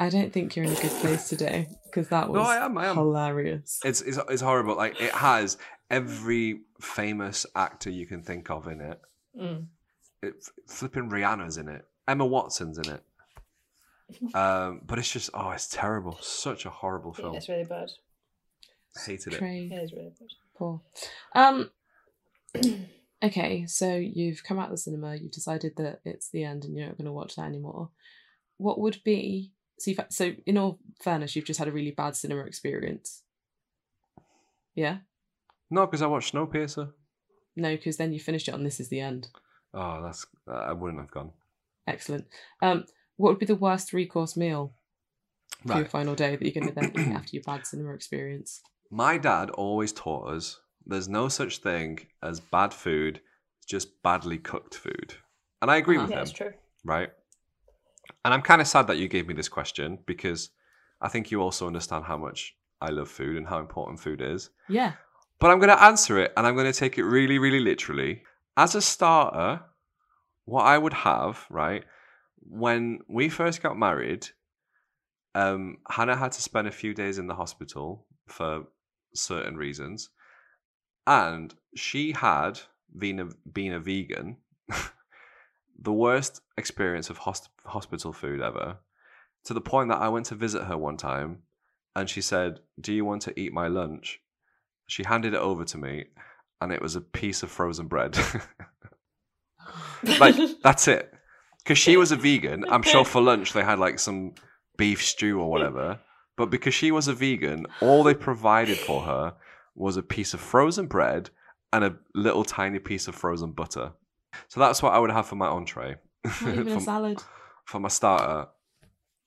D: I don't think you're in a good place today because that was
C: No, I am. I am.
D: hilarious.
C: It's, it's it's horrible. Like it has every famous actor you can think of in it.
E: Mm.
C: it flipping Rihanna's in it. Emma Watson's in it. Um, but it's just oh, it's terrible. Such a horrible
E: Yeah,
C: film.
E: it's really bad.
C: Hated it.
D: Cray
E: It is really bad.
D: poor. Um, okay, so you've come out of the cinema, you've decided that it's the end and you're not going to watch that anymore. What would be. So, you've, so, in all fairness, you've just had a really bad cinema experience. Yeah?
C: No, because I watched Snowpiercer.
D: No, because then you finished it on This Is the End.
C: Oh, that's I wouldn't have gone.
D: Excellent. Um, what would be the worst three course meal for your
C: Right.
D: final day that you're going to then eat after your bad cinema experience?
C: My dad always taught us there's no such thing as bad food, just badly cooked food. And I agree
D: Ah.
C: with
E: Uh-huh. Yeah,
C: him.
E: it's true.
C: right? And I'm kind of sad that you gave me this question because I think you also understand how much I love food and how important food is.
D: Yeah.
C: But I'm going to answer it and I'm going to take it really, really literally. As a starter, what I would have, right, when we first got married, um, Hannah had to spend a few days in the hospital for certain reasons, and she had been a, being a vegan, the worst experience of hosp hospital food ever. To the point that I went to visit her one time, and she said, "Do you want to eat my lunch?" She handed it over to me, and it was a piece of frozen bread. like that's it because she was a vegan i'm sure for lunch they had like some beef stew or whatever but because she was a vegan all they provided for her was a piece of frozen bread and a little tiny piece of frozen butter so that's what i would have for my entree
D: Not even a
C: for,
D: salad.
C: for my starter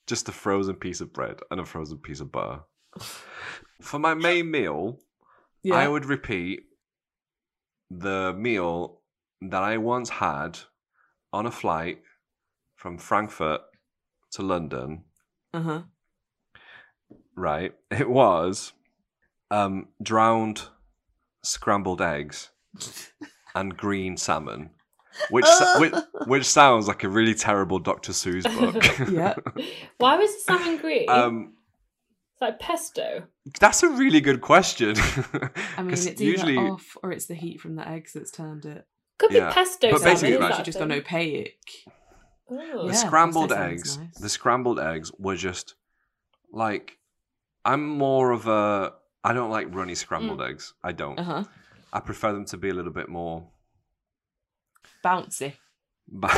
C: just a frozen piece of bread and a frozen piece of butter for my main meal
D: Yeah.
C: I would repeat the meal that I once had on a flight from Frankfurt to London.
D: Uh huh.
C: Right, it was um, drowned scrambled eggs and green salmon, which,
D: Oh.
C: so- which which sounds like a really terrible Dr. Seuss book.
D: Yeah.
E: Why was the salmon green?
C: um,
E: it's like pesto.
C: that's a really good question.
D: I mean,
C: 'Cause
D: it's
C: usually
D: either off or it's the heat from the eggs that's turned it.
E: Could
C: Yeah,
E: be pesto
C: but
E: salmon.
C: basically,
E: is
C: like-
E: that
D: you
E: a
D: just gone
E: thing?
D: opaque.
C: the
E: Oh.
D: Yeah,
C: scrambled
D: pesto sounds
C: eggs
D: nice.
C: the scrambled eggs were just like i'm more of a i don't like runny scrambled eggs i don't
D: Uh huh.
C: i prefer them to be a little bit more
D: Bouncy.
C: but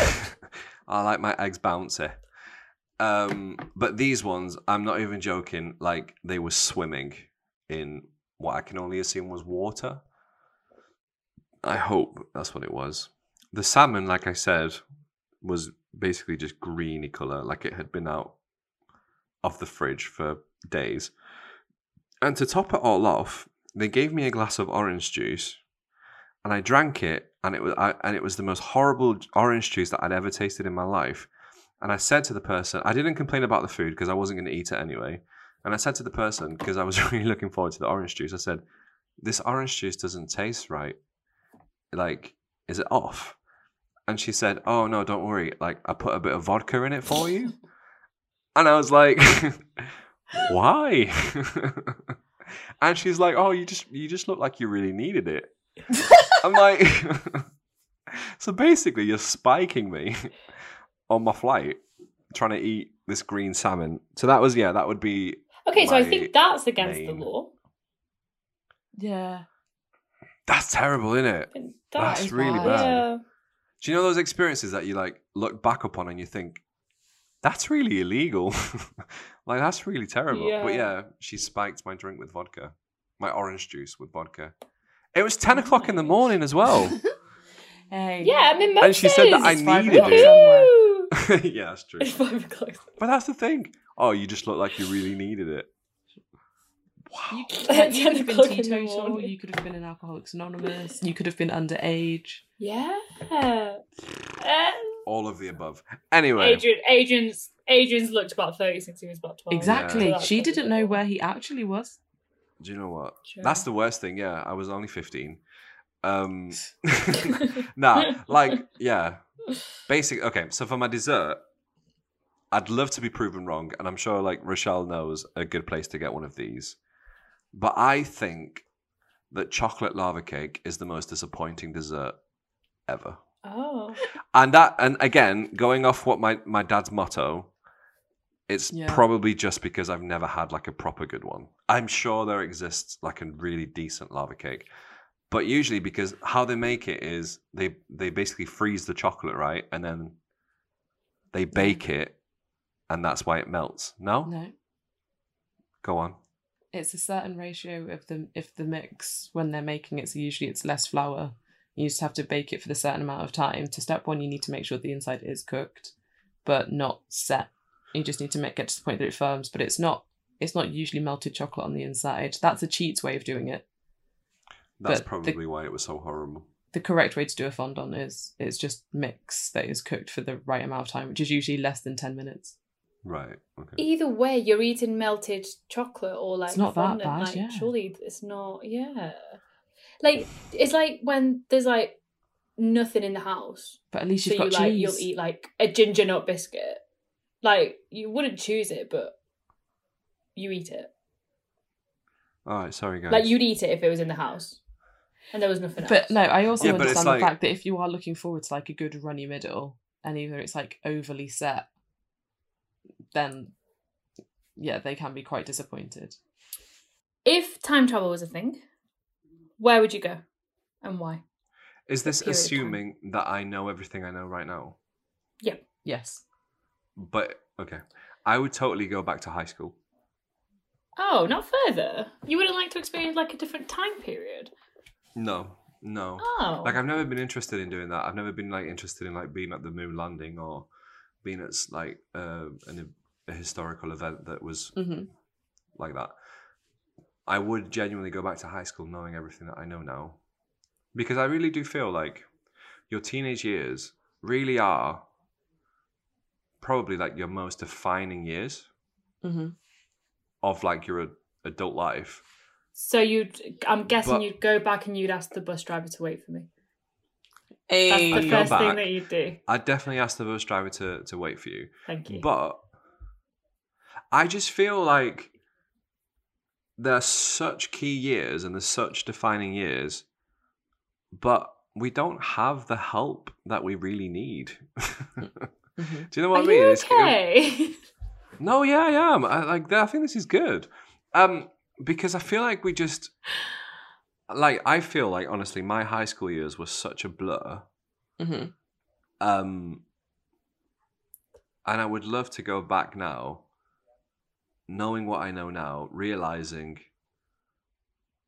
C: i like my eggs bouncy um but these ones i'm not even joking like they were swimming in what i can only assume was water i hope that's what it was the salmon like i said was basically just greeny color like it had been out of the fridge for days and to top it all off they gave me a glass of orange juice and i drank it and it was I, and it was the most horrible j- orange juice that i'd ever tasted in my life and i said to the person i didn't complain about the food because i wasn't going to eat it anyway and i said to the person because i was really looking forward to the orange juice i said this orange juice doesn't taste right like is it off and she said, "Oh no, don't worry. Like I put a bit of vodka in it for you." and I was like, "Why?" and she's like, "Oh, you just you just look like you really needed it." I'm like, "So basically, you're spiking me on my flight trying to eat this green salmon." So that was yeah, that would be
E: Okay, so I
C: my
E: think that's against
C: name.
E: the law.
D: Yeah.
C: that's terrible, isn't it?
E: And that-
C: That's
D: is
C: really
D: wild.
C: bad.
E: Yeah.
C: Do you know those experiences that you like look back upon and you think, that's really illegal? like, that's really terrible. But
E: Yeah.
C: yeah, she spiked my drink with vodka, my orange juice with vodka. It was 10 o'clock in the
E: Nice.
C: morning as well.
D: Hey.
E: yeah, I mean,
C: And she said that I
E: mimosas.
D: It's five
C: needed
D: o'clock
C: it.
D: somewhere.
E: Woohoo!
C: yeah, that's true.
E: It's five o'clock.
C: But that's the thing. Oh, you just look like you really needed it.
D: You,
C: Wow.
D: yeah, you could have
E: 10
D: been
E: o'clock in the
D: teetotal.
E: morning.
D: You could have been an Alcoholics Anonymous. You could have been underage.
E: Yeah. Uh,
C: All of the above. Anyway,
E: Adrian, Adrian's, Adrian's looked about 30 since he was about 12.
D: exactly.
E: Oh, Yeah.
D: She didn't know where he actually was.
C: do you know what?
E: Sure.
C: That's the worst thing. Yeah, I was only 15. Um, nah, like, yeah. Basic. Okay, so for my dessert, I'd love to be proven wrong, and I'm sure like Rochelle knows a good place to get one of these. But I think that chocolate lava cake is the most disappointing dessert ever.
E: Oh.
C: And that, and again, going off what my my dad's motto, it's
D: Yeah.
C: probably just because I've never had like a proper good one. I'm sure there exists like a really decent lava cake, but usually because how they make it is they they basically freeze the chocolate, right, and then they bake it, and that's why it melts. No,
D: No.
C: go on.
D: It's a certain ratio of the if the mix when they're making it. So usually it's less flour. You just have to bake it for the certain amount of time. To step one, you need to make sure the inside is cooked, but not set. You just need to make, get to the point that it firms, but it's not. It's not usually melted chocolate on the inside. That's a cheats way of doing it.
C: That's
D: But the-
C: probably why it was so horrible.
D: the correct way to do a fondant is it's just mix that is cooked for the right amount of time, which is usually less than ten minutes.
C: Right. Okay.
E: Either way, you're eating melted chocolate or like
D: It's not that
E: fondant.
D: bad,
E: like,
D: yeah.
E: Surely it's not. Yeah. Like it's like when there's like nothing in the house,
D: But at least
E: so
D: you've
E: you
D: got
E: like
D: cheese.
E: you'll eat like a ginger nut biscuit. Like you wouldn't choose it, but you eat it.
C: All right, sorry guys.
E: Like you'd eat it if it was in the house, and there was nothing else.
D: But no, I also
C: Yeah, but it's
D: understand
C: like-
D: the fact that if you are looking forward to like a good runny middle, and either it's like overly set, then yeah, they can be quite disappointed.
E: if time travel was a thing, where would you go, and why?
C: Is this
E: period time.
C: assuming that I know everything I know right now?
D: Yes.
C: But okay, I would totally go back to high school.
E: Oh, not further. You wouldn't like to experience like a different time period.
C: No, no.
E: Oh,
C: Like I've never been interested in doing that. I've never been like interested in like being at the moon landing or being at s- like uh, an, a historical event that was
D: hmm
C: like that. I would genuinely go back to high school knowing everything that I know now. Because I really do feel like your teenage years really are probably like your most defining years
D: hmm
C: of like your ad- adult life.
E: so you'd? I'm guessing
C: But-
E: you'd go back and you'd ask the bus driver to wait for me. That's
D: Hey.
E: the
C: I'd go
E: first
C: back.
E: thing that you'd do.
C: I'd definitely ask the bus driver to, to wait for you.
E: Thank you.
C: But I just feel like they're such key years and they're such defining years, but we don't have the help that we really need. Do
D: Mhm.
C: you know what
E: Are
C: I mean?
E: you
C: It's-
E: okay?
C: no, yeah, I am. I like. I think this is good, um, because I feel like we just, like, I feel like honestly, my high school years were such a blur.
D: Mhm.
C: Um, and I would love to go back now, knowing what I know now, realizing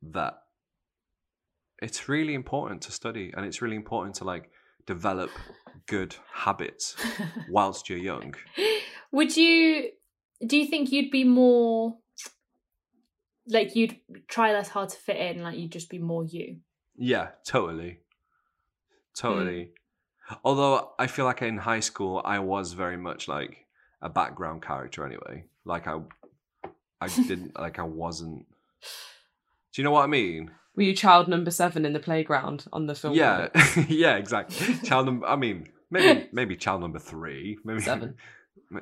C: that it's really important to study and it's really important to like develop good habits whilst you're young.
E: Would you? Do you think you'd be more like you'd try less hard to fit in? Like you'd just be more you.
C: Yeah, totally. Totally. Although I feel like in high school I was very much like a background character anyway. Like I I didn't like I wasn't Do you know what I mean?
D: Were you child number seven in the playground on the film?
C: yeah. yeah, exactly. Child number I mean, maybe maybe child number 3, maybe
D: Seven.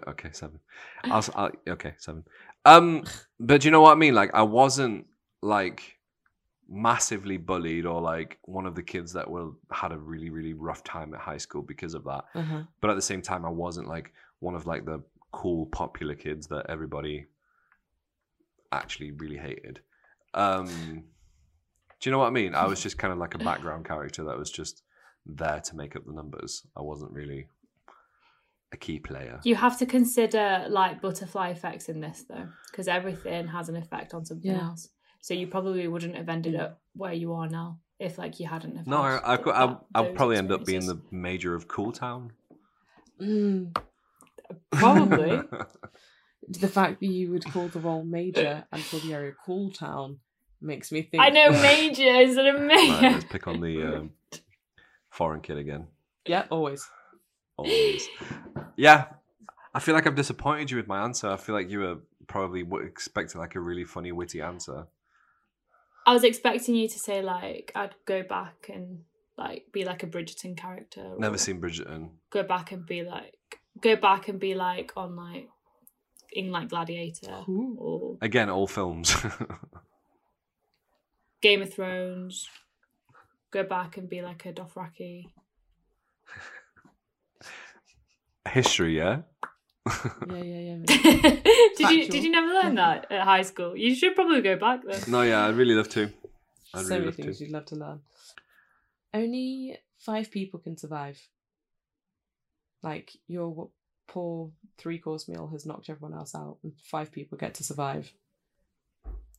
C: Okay, 7. I'll, s- I'll okay, 7. Um but do you know what I mean? Like I wasn't like massively bullied or like one of the kids that were had a really really rough time at high school because of that
D: Uh-huh.
C: but at the same time i wasn't like one of like the cool popular kids that everybody actually really hated um do you know what i mean i was just kind of like a background character that was just there to make up the numbers i wasn't really a key player
E: You have to consider like butterfly effects in this though, because everything has an effect on something
D: Yeah.
E: else. So you probably wouldn't have ended up where you are now if like you hadn't. Have
C: no
E: had
C: i i,
E: th-
C: I
E: that-
C: i'll
E: those
C: probably end up being the
E: experiences.
C: major of cool town
D: Mm. Probably. the fact that you would call the role major and call the area cool town makes me think.
E: I know major is an
C: Right,
E: amazing.
C: let's pick on the um, foreign kid again.
D: Yeah, always.
C: Always. Yeah, I feel like I've disappointed you with my answer. I feel like you were probably w- expecting like a really funny, witty answer.
E: I was expecting you to say like I'd go back and like be like a Bridgerton character. or
C: Never seen Bridgerton.
E: Go back and be like go back and be like on like in like Gladiator
D: Ooh.
E: or
C: Again, all films.
E: Game of Thrones. Go back and be like a Dothraki.
C: History, yeah.
D: Yeah, yeah, yeah. maybe.
E: did you
D: Factual.
E: did you never learn that at high school? You should probably go back then.
C: No, yeah, I'd really love to. I'd really
D: so many
C: love to.
D: things you'd love to learn. Only five people can survive. Like your w- poor three-course meal has knocked everyone else out, and five people get to survive.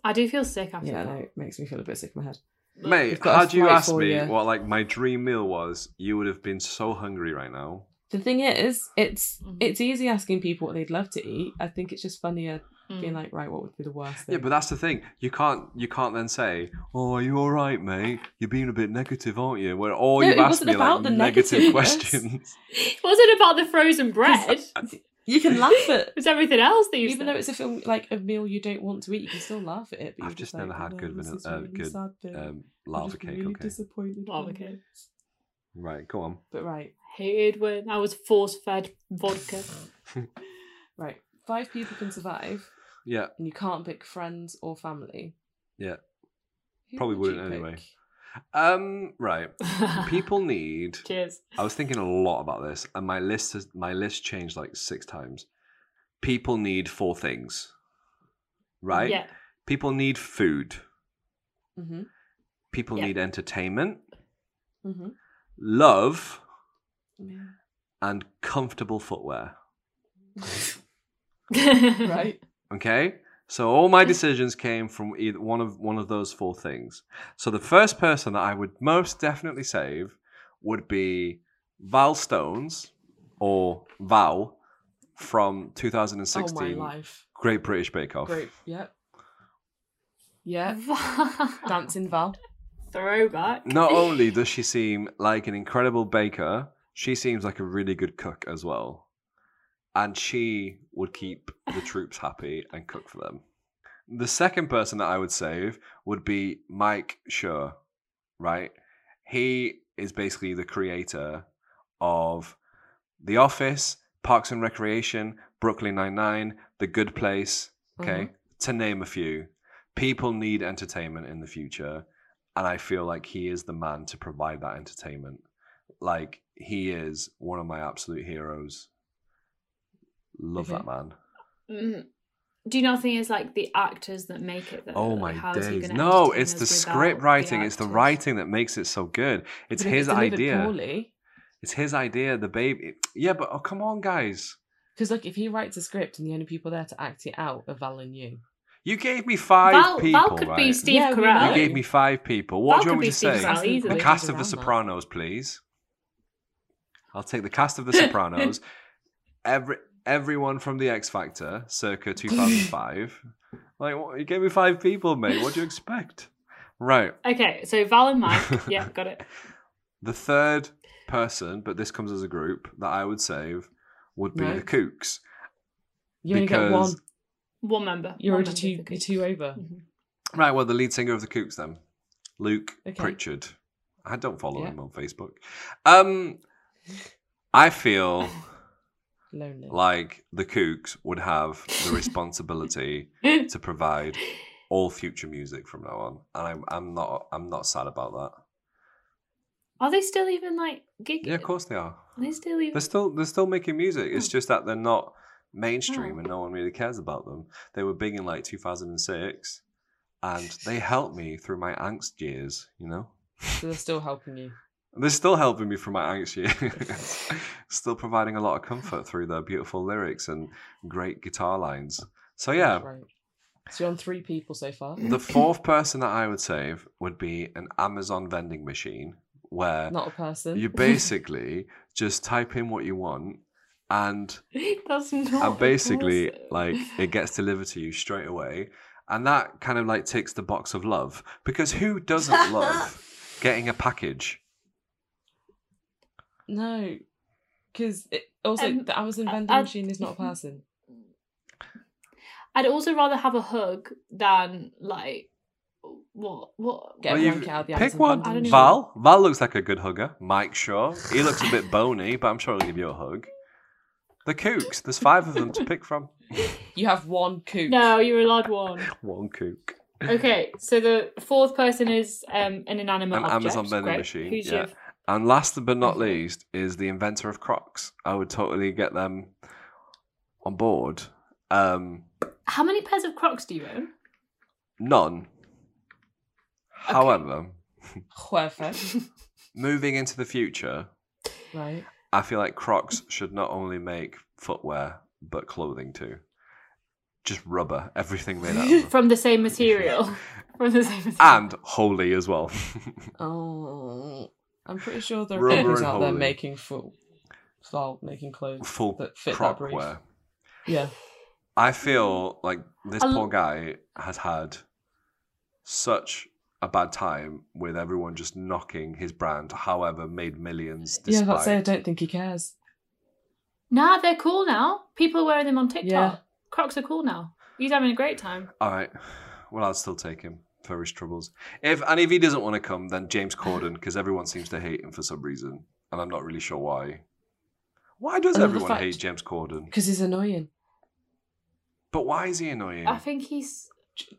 E: I do feel sick after
D: Yeah,
E: that.
D: no, it makes me feel a bit sick in my head.
C: Mate,
D: We've got a
C: had you
D: flight
C: asked
D: for
C: me
D: you.
C: what like my dream meal was, you would have been so hungry right now.
D: The thing is, it's
E: Mhm.
D: it's easy asking people what they'd love to eat. I think it's just funnier
E: Mm.
D: being like, right, what would be the worst thing?
C: Yeah, but that's the thing. You can't you can't then say, "Oh, are you all right, mate? You're being a bit negative, aren't you?" Where all
D: No,
C: you've
D: it
C: asked
D: wasn't
C: me like
D: about the
C: negative
D: negativeness.
C: questions.
E: It wasn't about the frozen bread.
D: you can laugh at
E: It was everything else that you
D: even though it's a film like a meal you don't want to eat, you can still laugh at it. But
C: I've
D: you're
C: just
D: like,
C: never had
D: "Oh,
C: good
D: this
C: vanilla-
D: is
C: uh,
D: really
C: good,
D: sad bit.
C: Um,
D: I'm
C: lava
D: just
C: cake,
D: Really
C: okay.
D: disappointed.
E: Lava
D: by
E: cake.
D: this."
C: Right, go on.
D: But right,
E: Hated when I was force fed vodka.
D: right. Five people can survive,
C: Yeah,
D: and you can't pick friends or family.
C: yeah.
D: Who
C: Probably
D: would you
C: wouldn't anyway.
D: pick?
C: Um, right. People need.
E: Cheers.
C: I was thinking a lot about this, and my list has my list changed like six times. People need four things, right?
E: Yeah.
C: People need food.
D: Mhm.
C: People
E: Yeah.
C: need entertainment,
D: Mhm.
C: love,
D: Yeah.
C: and comfortable footwear.
D: Right. Oh
C: Okay, so all
D: Hmm.
C: my decisions came from either one of one of those four things. So the first person that I would most definitely save would be Val Stones or Val from
D: Oh my
C: 2016
D: life.
C: Great British Bake Off.
D: Great. Yep. Yeah. Dancing Val.
E: Throwback.
C: Not only does she seem like an incredible baker, she seems like a really good cook as well. And she would keep the troops happy and cook for them. The second person that I would save would be Mike Schur, right? He is basically the creator of The Office, Parks and Recreation, Brooklyn Nine-Nine, The Good Place, okay? To name a few. People need entertainment in the future and I feel like he is the man to provide that entertainment. Like he is one of my absolute heroes. Love
D: Okay.
C: that man.
E: Mm. Do you not think it's like the actors that make it? Though?
C: Oh
E: Like,
C: my
E: how's he
C: days!
E: gonna
C: No,
E: entertain
C: it's
E: us
C: the
E: without
C: script writing. it's the
E: actors?
C: writing that makes it so good. It's
D: But if
C: his
D: delivered
C: idea.
D: Poorly,
C: It's his idea. The baby. Yeah, but oh come on, guys!
D: because like if he writes a script and the only people there to act it out are Val and you.
C: You gave me five
E: Val,
C: people,
E: Val could
C: right?
E: be Steve
D: Yeah, we
E: Carell.
C: You
D: know.
C: gave me five people. What
E: Val
C: do you
E: could
C: want me
E: be
C: to
E: Steve
C: say?
E: Carell
C: The
E: easily.
D: Which
C: cast
D: is
C: of The
D: around that.
C: Sopranos, please. I'll take the cast of The Sopranos. every everyone from The X Factor, circa 2005. like, what, you gave me five people, mate. What do you expect? Right.
E: Okay, so Val and Mike. yeah, got it.
C: The third person, but this comes as a group that I would save, would be
D: Right.
C: the Kooks.
D: You only get
C: Because-
D: one.
E: One member.
D: You're
E: One
D: already
E: member
D: two.
E: of the
D: You're
E: group.
D: two over.
E: Mhm.
C: Right. Well, the lead singer of the Kooks, then, Luke
D: Okay.
C: Pritchard. I don't follow
D: Yeah.
C: him on Facebook. Um, I feel.
D: Lonely.
C: like the Kooks would have the responsibility to provide all future music from now on, and I'm I'm not I'm not sad about that.
E: Are they still even like gig?
C: Yeah, of course they are.
E: Are they still even?
C: They're still they're still making music. It's
E: Oh.
C: just that they're not mainstream,
E: Oh.
C: and no one really cares about them. They were big in like 2006, and they helped me through my angst years. You know,
D: So they're still helping you.
C: they're still helping me through my angst years. still providing a lot of comfort through their beautiful lyrics and great guitar lines. So Oh, yeah,
D: That's Right. So you're on three people so far.
C: The fourth person that I would save would be an Amazon vending machine where
D: Not a person.
C: you basically just type in what you want and
E: That's not.
C: and basically
E: awesome.
C: like it gets delivered to you straight away. And that kind of like ticks the box of love because who doesn't love getting a package?
D: No, because also
E: Um,
D: the Amazon
E: I-
D: vending
E: I-
D: machine is not a person.
E: I'd also rather have a hug than like what what.
D: Get
C: Well,
D: a
C: you-
D: blanket out of the
C: Pick
D: Amazon
C: one.
E: vending machine.
C: Val. Val looks like a good hugger. Mike Shaw. He looks a bit bony, but I'm sure he'll give you a hug. The Kooks. There's five of them to pick from.
D: You have one coop.
E: No, you're allowed one.
C: One Kook.
E: Okay, so the fourth person is um, an inanimate
C: An
E: object.
C: Amazon vending
E: Great.
C: machine,
E: Who's
C: yeah.
E: your-
C: And last but not
E: Okay.
C: least is the inventor of Crocs. I would totally get them on board. Um,
E: How many pairs of Crocs do you own?
C: none. However,
D: Perfect.
C: moving into the future,
D: right.
C: I feel like Crocs should not only make footwear but clothing too. Just rubber, everything made out of rubber.
E: From the same material. From the same material.
C: and holy as well.
D: Oh, I'm pretty sure there are
C: Rubber
D: companies
C: and
D: out there
C: holy.
D: making full, well, making clothes
C: Full
D: that fit that
C: Croc
D: brief.
C: wear.
D: Yeah.
C: I feel like this
E: I lo-
C: poor guy has had such a bad time with everyone just knocking his brand, however, made millions
D: Yeah, that's it. I
C: despite.
D: don't think he cares.
E: nah, they're cool now. People are wearing them on TikTok.
D: Yeah.
E: Crocs are cool now. He's having a great time.
C: All right. Well, I'll still take him. for his troubles. If and if he doesn't want to come, then James Corden, because everyone seems to hate him for some reason, and I'm not really sure why. Why does
F: Another
C: everyone
F: fact.
C: hate James Corden?
D: Because he's annoying.
C: But why is he annoying?
E: I think he's.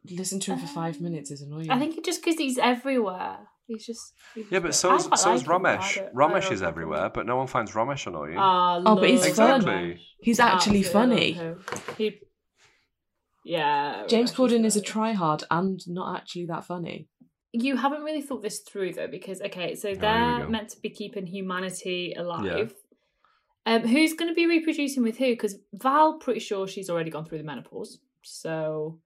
D: Listen to him for five
E: Um,
D: minutes is annoying.
E: I think he just because he's everywhere. He's just.
C: yeah, but so is,
E: I quite
C: so is
E: like him, but I
C: Ramesh.
E: don't- I
C: Ramesh
E: don't
C: is
E: like him.
C: everywhere, but no one finds Ramesh annoying.
E: Ah,
D: Oh, but he's
E: love
C: Exactly.
E: Ramesh.
D: he's actually
E: Absolutely
D: funny.
E: love him. He. Yeah.
D: James
E: Ramesh
D: Corden is a
E: good.
D: tryhard and not actually that funny.
E: you haven't really thought this through though because okay so
C: here we
E: they're
C: go.
E: meant to be keeping humanity alive um who's going to be reproducing with who because val pretty sure she's already gone through the menopause so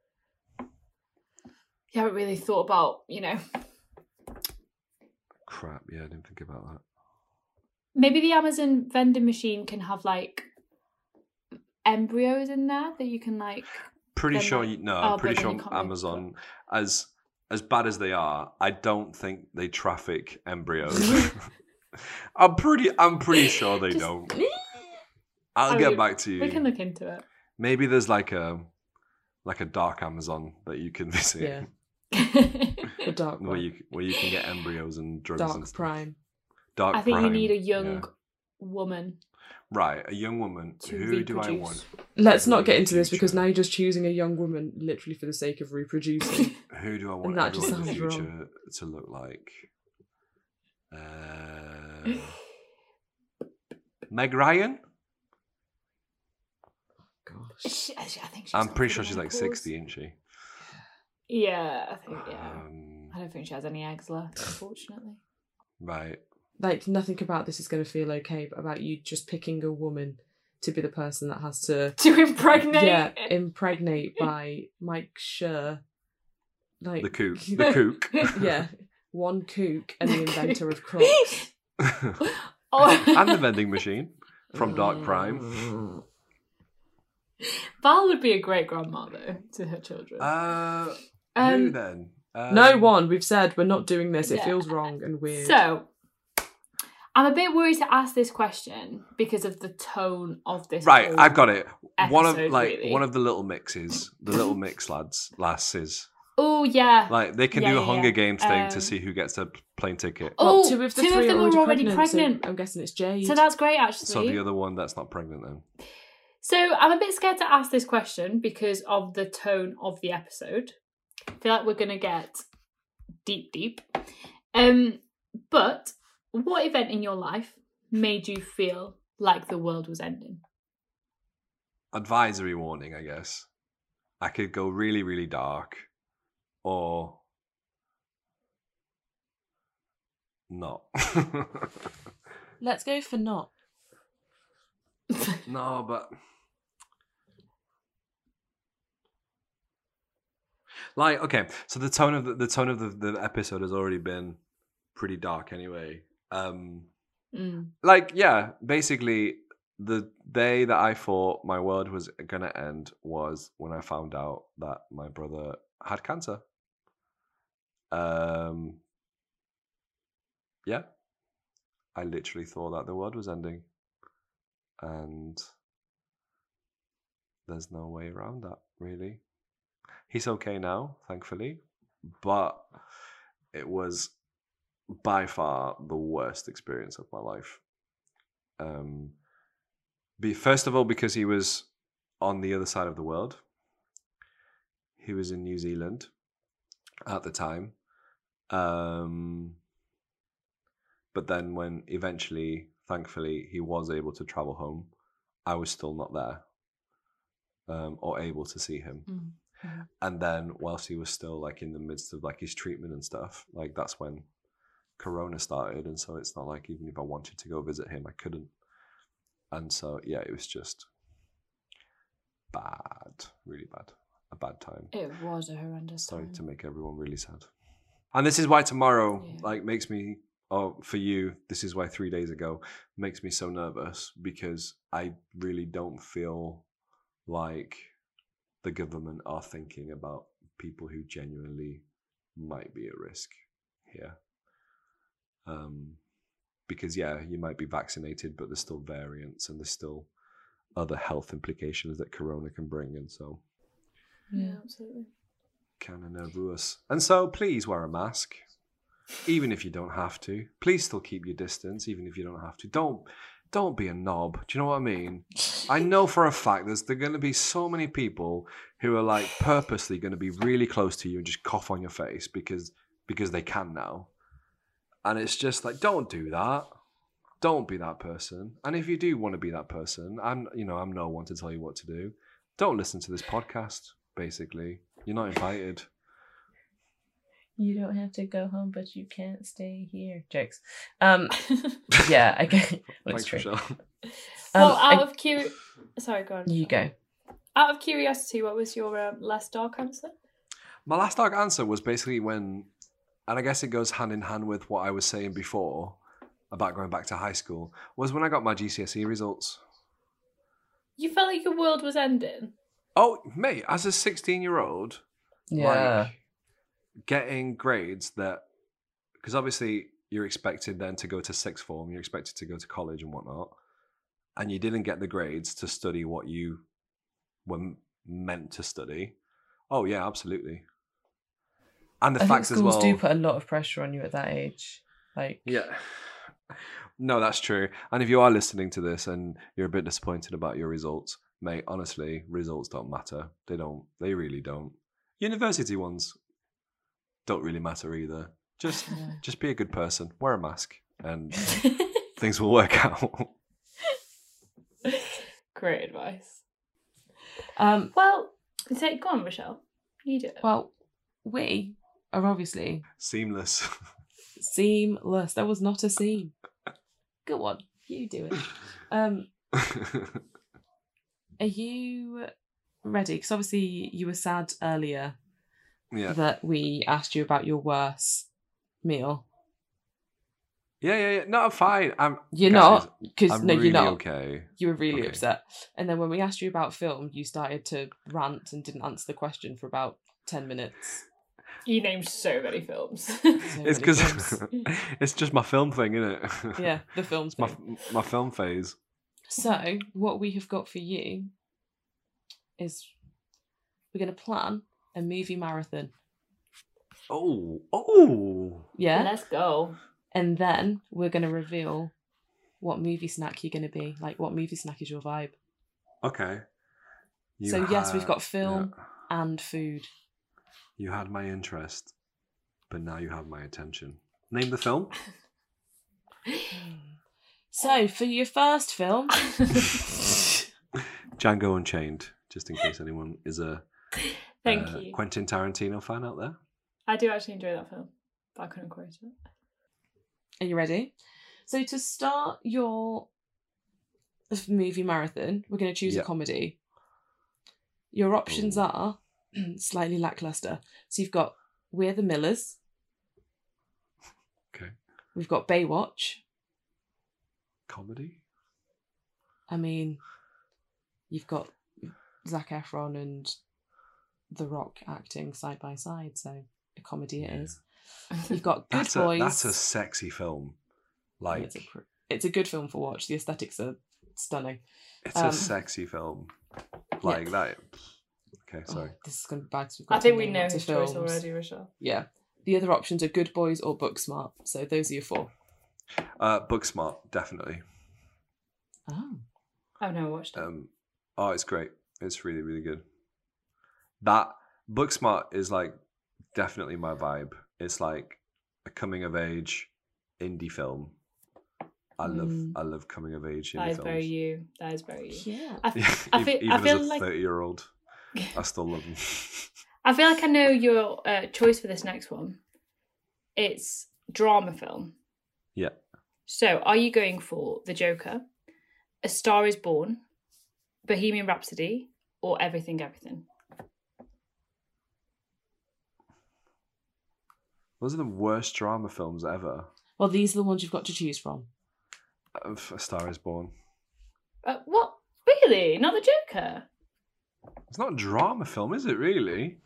E: you haven't really thought about you know
C: Crap. Yeah, I didn't think about that.
E: maybe the amazon vending machine can have like embryos in there that you can like
C: Pretty
E: Then
C: sure.
E: that-
C: You, no,
E: oh,
C: I'm
E: but
C: pretty
E: then
C: sure
E: you can't really-
C: Amazon, as as bad as they are, I don't think they traffic embryos. I'm pretty. I'm pretty sure they
E: Just-
C: don't. I'll
E: Oh,
C: get
E: you-
C: back to you.
E: we can look into it
C: Maybe there's like a like a dark Amazon that you can visit
D: Yeah. The dark
C: where
D: one.
C: you where you can get embryos and drugs and
D: dark
C: stuff.
D: prime.
C: Dark
E: i think you
C: Prime,
E: need a
C: yeah.
E: young woman
C: right, a young woman.
E: to
C: Who
E: reproduce
C: do I want?
D: Let's
C: Who
D: not
C: in
D: get
C: the
D: into this because
C: future?
D: now you're just choosing a young woman literally for the sake of reproducing.
C: Who do I want
D: that just
C: everyone in the
D: sounds
C: future
D: wrong.
C: to look like? Uh, Meg Ryan.
D: Gosh.
E: She- I think she's
C: I'm
E: gone
C: pretty sure
E: through the
C: she's like
E: menopause.
C: 60, isn't she?
E: Yeah, I think yeah.
C: Um,
E: I don't think she has any eggs left, unfortunately.
C: right.
D: Like nothing about this is going to feel okay, but about you just picking a woman to be the person that has to
E: to impregnate.
D: yeah impregnate by Mike Schur. Like
C: The kook. The kook.
D: yeah, one kook and the inventor of Crocs.
E: Oh,
C: and the vending machine from
D: Mm.
C: Dark Prime.
E: Val would be a great grandma though to her children.
C: Uh, who
E: Oh. um,
C: then?
D: no
C: Um,
D: one. We've said we're not doing this. It
E: yeah.
D: feels wrong and weird.
E: so I'm a bit worried to ask this question because of the tone of this.
C: Right,
E: whole-
C: I've got it. one of
E: episode,
C: like
E: really.
C: one of the little mixes, the little mix lads, lasses.
E: Oh yeah.
C: Like they can
E: Yeah,
C: do a
E: yeah,
C: Hunger
E: yeah.
C: Games thing to
E: Um,
C: see who gets a plane ticket.
E: oh,
D: Well,
E: two of
D: three
E: them are already pregnant.
D: so I'm guessing it's Jade.
E: so, that's great actually.
C: So the other one that's not pregnant then.
E: So I'm a bit scared to ask this question because of the tone of the episode. I feel like we're gonna get deep, deep. Um, but what event in your life made you feel like the world was ending?
C: Advisory warning, I guess. I could go really, really dark, or not.
D: Let's go for not.
C: No, but like okay, so the tone of the, the tone of the, the episode has already been pretty dark anyway. Um
E: Mm.
C: like yeah, basically the day that I thought my world was gonna end was when I found out that my brother had cancer. Um yeah. I literally thought that the world was ending. And there's no way around that, really. He's okay now, thankfully, but it was by far the worst experience of my life. Um, be, first of all, because he was on the other side of the world, he was in New Zealand at the time. Um, but then, when eventually, thankfully, he was able to travel home, I was still not there um, or able to see him
E: Mm.
C: and then whilst he was still like in the midst of like his treatment and stuff like that's when corona started and so it's not like even if i wanted to go visit him i couldn't and so yeah it was just bad really bad a bad time
E: It was a horrendous
C: sorry
E: time.
C: to make everyone really sad and this is why tomorrow
E: Yeah.
C: like makes me oh for you this is why three days ago makes me so nervous because i really don't feel like the government are thinking about people who genuinely might be at risk here um because yeah you might be vaccinated but there's still variants and there's still other health implications that corona can bring and so
E: Um, yeah, absolutely.
C: kind of nervous. And so please wear a mask, even if you don't have to. Please still keep your distance, even if you don't have to. Don't don't be a knob. Do you know what I mean? I know for a fact there's there going to be so many people who are like purposely going to be really close to you and just cough on your face because because they can now. And it's just like don't do that. Don't be that person. And if you do want to be that person, I'm you know, I'm no one to tell you what to do. Don't listen to this podcast basically. You're not invited.
F: You don't have to go home, but you can't stay here. Jokes. Um, yeah, I guess. Well, it's
C: Thanks,
F: true.
C: Michelle.
F: Um,
E: well, out
F: I-
E: of curi- sorry, go on.
F: You go.
E: Out of curiosity, what was your um, last dark answer?
C: My last dark answer was basically when, and I guess it goes hand in hand with what I was saying before about going back to high school, was when I got my GCSE E results.
E: You felt like your world was ending.
C: Oh, mate, as a 16 year old,
F: Yeah.
C: like getting grades that, because obviously you're expected then to go to sixth form, you're expected to go to college and whatnot, and you didn't get the grades to study what you were m- meant to study. Oh, yeah, absolutely. And the
F: I think
C: fact as
F: schools
C: well.
F: do put a lot of pressure on you at that age. Like,
C: Yeah. No, that's true. And if you are listening to this and you're a bit disappointed about your results, mate, honestly, results don't matter. They don't. They really don't. University ones don't really matter either. Just
F: Yeah.
C: just be a good person, wear a mask, and things will work out.
E: Great advice.
D: Um,
E: Well, say, go on, Michelle. You do it.
D: well, we are obviously
C: Seamless.
D: seamless. There was not a seam. Good one. You do it. Um, are you ready? Because obviously you were sad earlier
C: yeah.
D: that we asked you about your worst meal.
C: Yeah, yeah, yeah. No, I'm fine. I'm
D: You're
C: guys,
D: not because
C: I'm
D: no,
C: really
D: you're not.
C: okay.
D: You were really
C: Okay.
D: upset. And then when we asked you about film, you started to rant and didn't answer the question for about ten minutes.
E: You named so many films.
D: So
C: It's
D: many
C: because
D: films.
C: it's just my film thing, isn't it?
D: yeah, the films.
C: my
D: thing.
C: my film phase.
D: So, what we have got for you is we're going to plan a movie marathon.
C: Oh, oh.
D: Yeah.
E: Let's go.
D: And then we're going to reveal what movie snack you're going to be. Like, what movie snack is your vibe?
C: Okay.
D: So, yes, we've
C: had-
D: got film.
C: yeah.
D: And food.
C: You had my interest, but now you have my attention. Name the film.
D: So, for your first film,
C: Django Unchained, just in case anyone is a
E: Thank
C: uh,
E: you.
C: Quentin Tarantino fan out there.
E: I do actually enjoy that film, but I couldn't quote it.
D: are you ready? So, to start your movie marathon, we're going to choose
C: Yeah.
D: a comedy. Your options
C: Ooh.
D: are slightly lackluster. So, you've got We're the Millers,
C: Okay.
D: we've got Baywatch,
C: Comedy?
D: I mean, you've got Zac Efron and The Rock acting side by side, so a comedy it
C: Yeah.
D: is. You've got Good
C: That's
D: Boys.
C: a that's a sexy film. Like
D: it's, a, pr- it's a good film for watch. The aesthetics are stunning.
C: it's
D: um,
C: a sexy film. Like that. Okay,
D: Oh,
C: sorry.
D: this is going to be bad. 'cause We've got
E: I think
D: to
E: we
D: name
E: know
D: lots of
E: his choice
D: films.
E: already, Michelle.
D: Yeah. The other options are Good Boys or Booksmart. So those are your four.
C: Uh, Booksmart, definitely.
D: Oh.
E: I've never watched it.
C: Um, oh, it's great. It's really, really good. That Booksmart is like definitely my vibe. It's like a coming of age indie film. I love,
D: Mm.
C: I love coming of age
E: that
C: indie
E: is very
C: films.
E: you. That is very you.
D: Yeah.
E: I, f- I
C: Ev-
E: feel,
C: even
E: I feel
C: as a
E: like
C: thirty-year-old, I still love them.
E: I feel like I know your uh, choice for this next one. It's drama film.
C: yeah,
E: So, are you going for The Joker, A Star Is Born, Bohemian Rhapsody, or Everything Everything?
C: those are the worst drama films ever.
D: Well, these are the ones you've got to choose from.
C: Uh, A Star Is Born.
E: Uh, what? Really? Not The Joker?
C: It's not a drama film, is it? Really?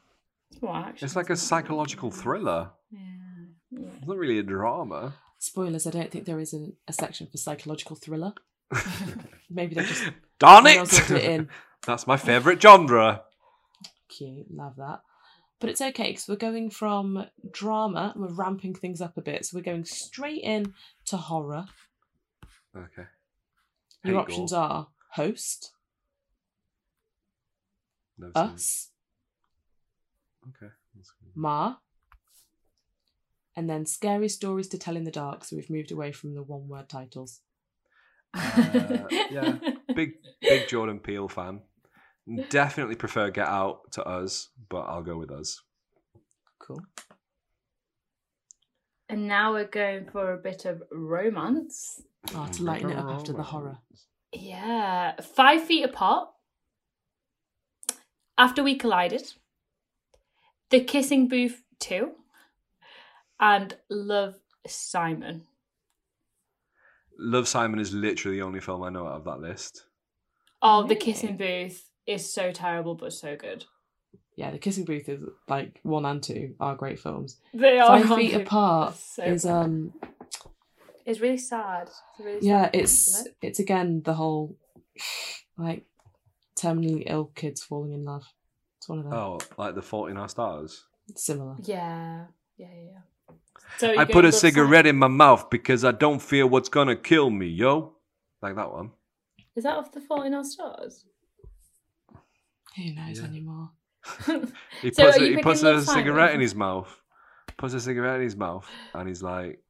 E: Well, actually,
C: It's like a psychological thriller.
E: Yeah. yeah.
C: It's not really a drama.
D: Spoilers, I don't think there is an, a section for psychological thriller. Maybe they're just
C: Darn
D: Who knows what to put
C: it!
D: in?
C: That's my favourite genre.
D: cute. Love that. But it's okay because we're going from drama and we're ramping things up a bit. So we're going straight in to horror.
C: Okay.
D: Your
C: Hate
D: options
C: gore.
D: are host,
C: No sense.
D: us,
C: Okay. that's good.
D: Ma, and then scary stories to tell in the dark. So we've moved away from the one word titles.
C: Uh, yeah. Big big Jordan Peele fan. Definitely prefer Get Out to Us, but I'll go with Us.
D: Cool.
E: And now we're going for a bit of romance.
D: Oh, to lighten it up after the horror.
E: Yeah. Five feet apart. After we collided. The Kissing Booth 2. And Love Simon.
C: Love Simon is literally the only film I know out of that list.
E: Oh, The
D: Really?
E: Kissing Booth is so terrible but so good.
D: Yeah, The Kissing Booth is like one and two are great films.
E: They are
D: Five Feet
E: horrible.
D: Apart
E: It's so
D: is
E: bad.
D: um
E: It's really sad. It's a really
D: yeah,
E: sad film,
D: it's
E: isn't it?
D: it's again the whole like terminally ill kids falling in love. It's one of them.
C: Oh, like the Fault in Our Stars.
D: It's similar.
E: Yeah. Yeah, yeah. yeah. So
C: I put a cigarette in my mouth because I don't fear what's gonna kill me, yo. Like that one.
E: Is that off the Fault in Our Stars?
D: Who knows
C: Yeah.
D: anymore?
C: He
E: So
C: puts,
E: are
C: a,
E: you
C: he puts
E: picking
C: a
E: Love, Simon?
C: cigarette in his mouth. Puts a cigarette in his mouth, and he's like,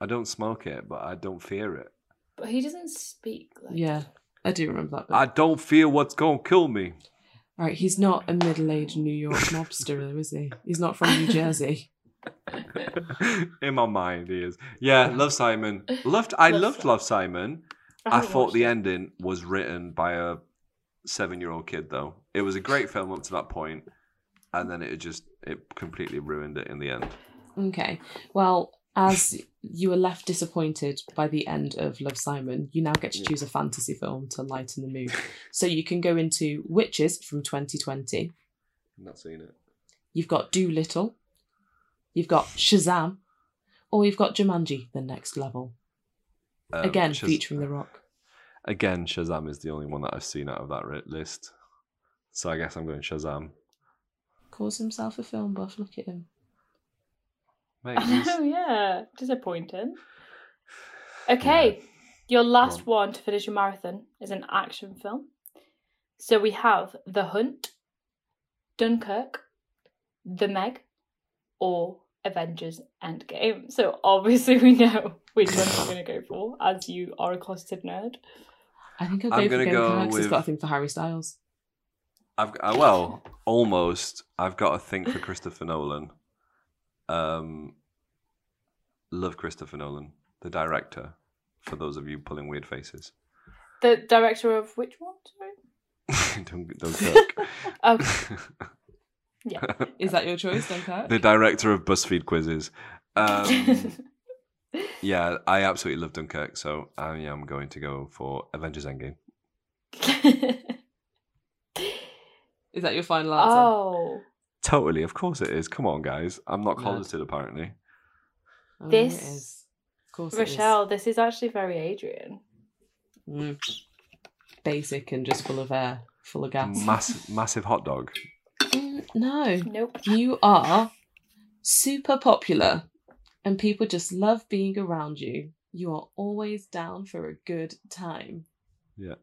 C: "I don't smoke it, but I don't fear it.
E: But he doesn't speak like
D: Yeah, I do remember that. Bit.
C: I don't fear what's gonna kill me."
D: All right, he's not a middle-aged New York mobster, though, is he? He's not from New Jersey.
C: in my mind, he is. Yeah, love Simon. Loved. I
E: Love
C: loved Love
E: Simon.
C: Simon.
E: I
C: I,
E: haven't
C: thought
E: watched
C: the
E: it.
C: ending was written by a seven-year-old kid, though. It was a great film up to that point, and then it just it completely ruined it in the end.
D: Okay, well, as you were left disappointed by the end of Love Simon, you now get to choose a fantasy film to lighten the mood. So you can go into Witches from 2020.
C: Not seen it.
D: You've got Doolittle. You've got Shazam, or you've got Jumanji: The Next Level.
C: Um,
D: Again,
C: Shaz-
D: featuring The Rock.
C: Again, Shazam is the only one that I've seen out of that ri- list. So I guess I'm going Shazam.
D: Calls himself a film buff. Look at him.
C: Mate,
E: I
C: he's-
E: know, yeah. Disappointing. Okay, your last one to finish your marathon is an action film. So we have The Hunt, Dunkirk, The Meg, or Avengers Endgame. So obviously we know which one you're going to go for, as you are a closeted nerd.
D: I think I'll
C: I'm
D: go for
C: gonna
D: Game
C: go
D: go He's got a
C: with-
D: thing for Harry Styles.
C: I've uh, well, almost. I've got a thing for Christopher Nolan. Um, love Christopher Nolan, the director. For those of you pulling weird faces,
E: The director of which one? Sorry.
C: don't don't cook.
E: Okay. Yeah.
D: Is that your choice, Dunkirk?
C: the director of BuzzFeed quizzes. Um, yeah, I absolutely love Dunkirk, so I am going to go for Avengers Endgame.
D: Is that your final answer?
E: oh,
C: Totally, of course it is. Come on, guys. I'm not
D: Mad.
C: closeted, apparently.
D: Oh, it
E: This-
D: is. Of course, it is.
E: Rochelle, this is actually very Adrian.
D: Mm. Basic and just full of air, full of gas.
C: Massive, massive hot dog.
D: Mm, no,
E: Nope.
D: you are super popular, and people just love being around you. You are always down for a good time.
C: Yeah.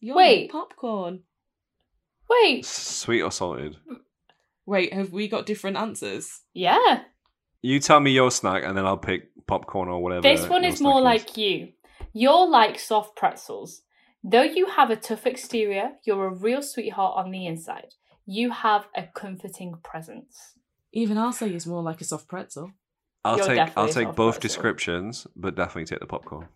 D: You're
E: Wait.
D: like popcorn.
E: Wait.
C: Sweet or salted?
D: Wait, have we got different answers?
E: Yeah.
C: You tell me your snack, and then I'll pick popcorn or whatever.
E: This one
C: your
E: is more
C: snack
E: like you. You're like soft pretzels. Though you have a tough exterior, you're a real sweetheart on the inside. You have a comforting presence.
D: Even our say is more like a soft pretzel.
C: I'll
E: You're
C: take
E: definitely
C: I'll
E: a
C: take
E: soft
C: both
E: pretzel.
C: descriptions, but definitely take the popcorn.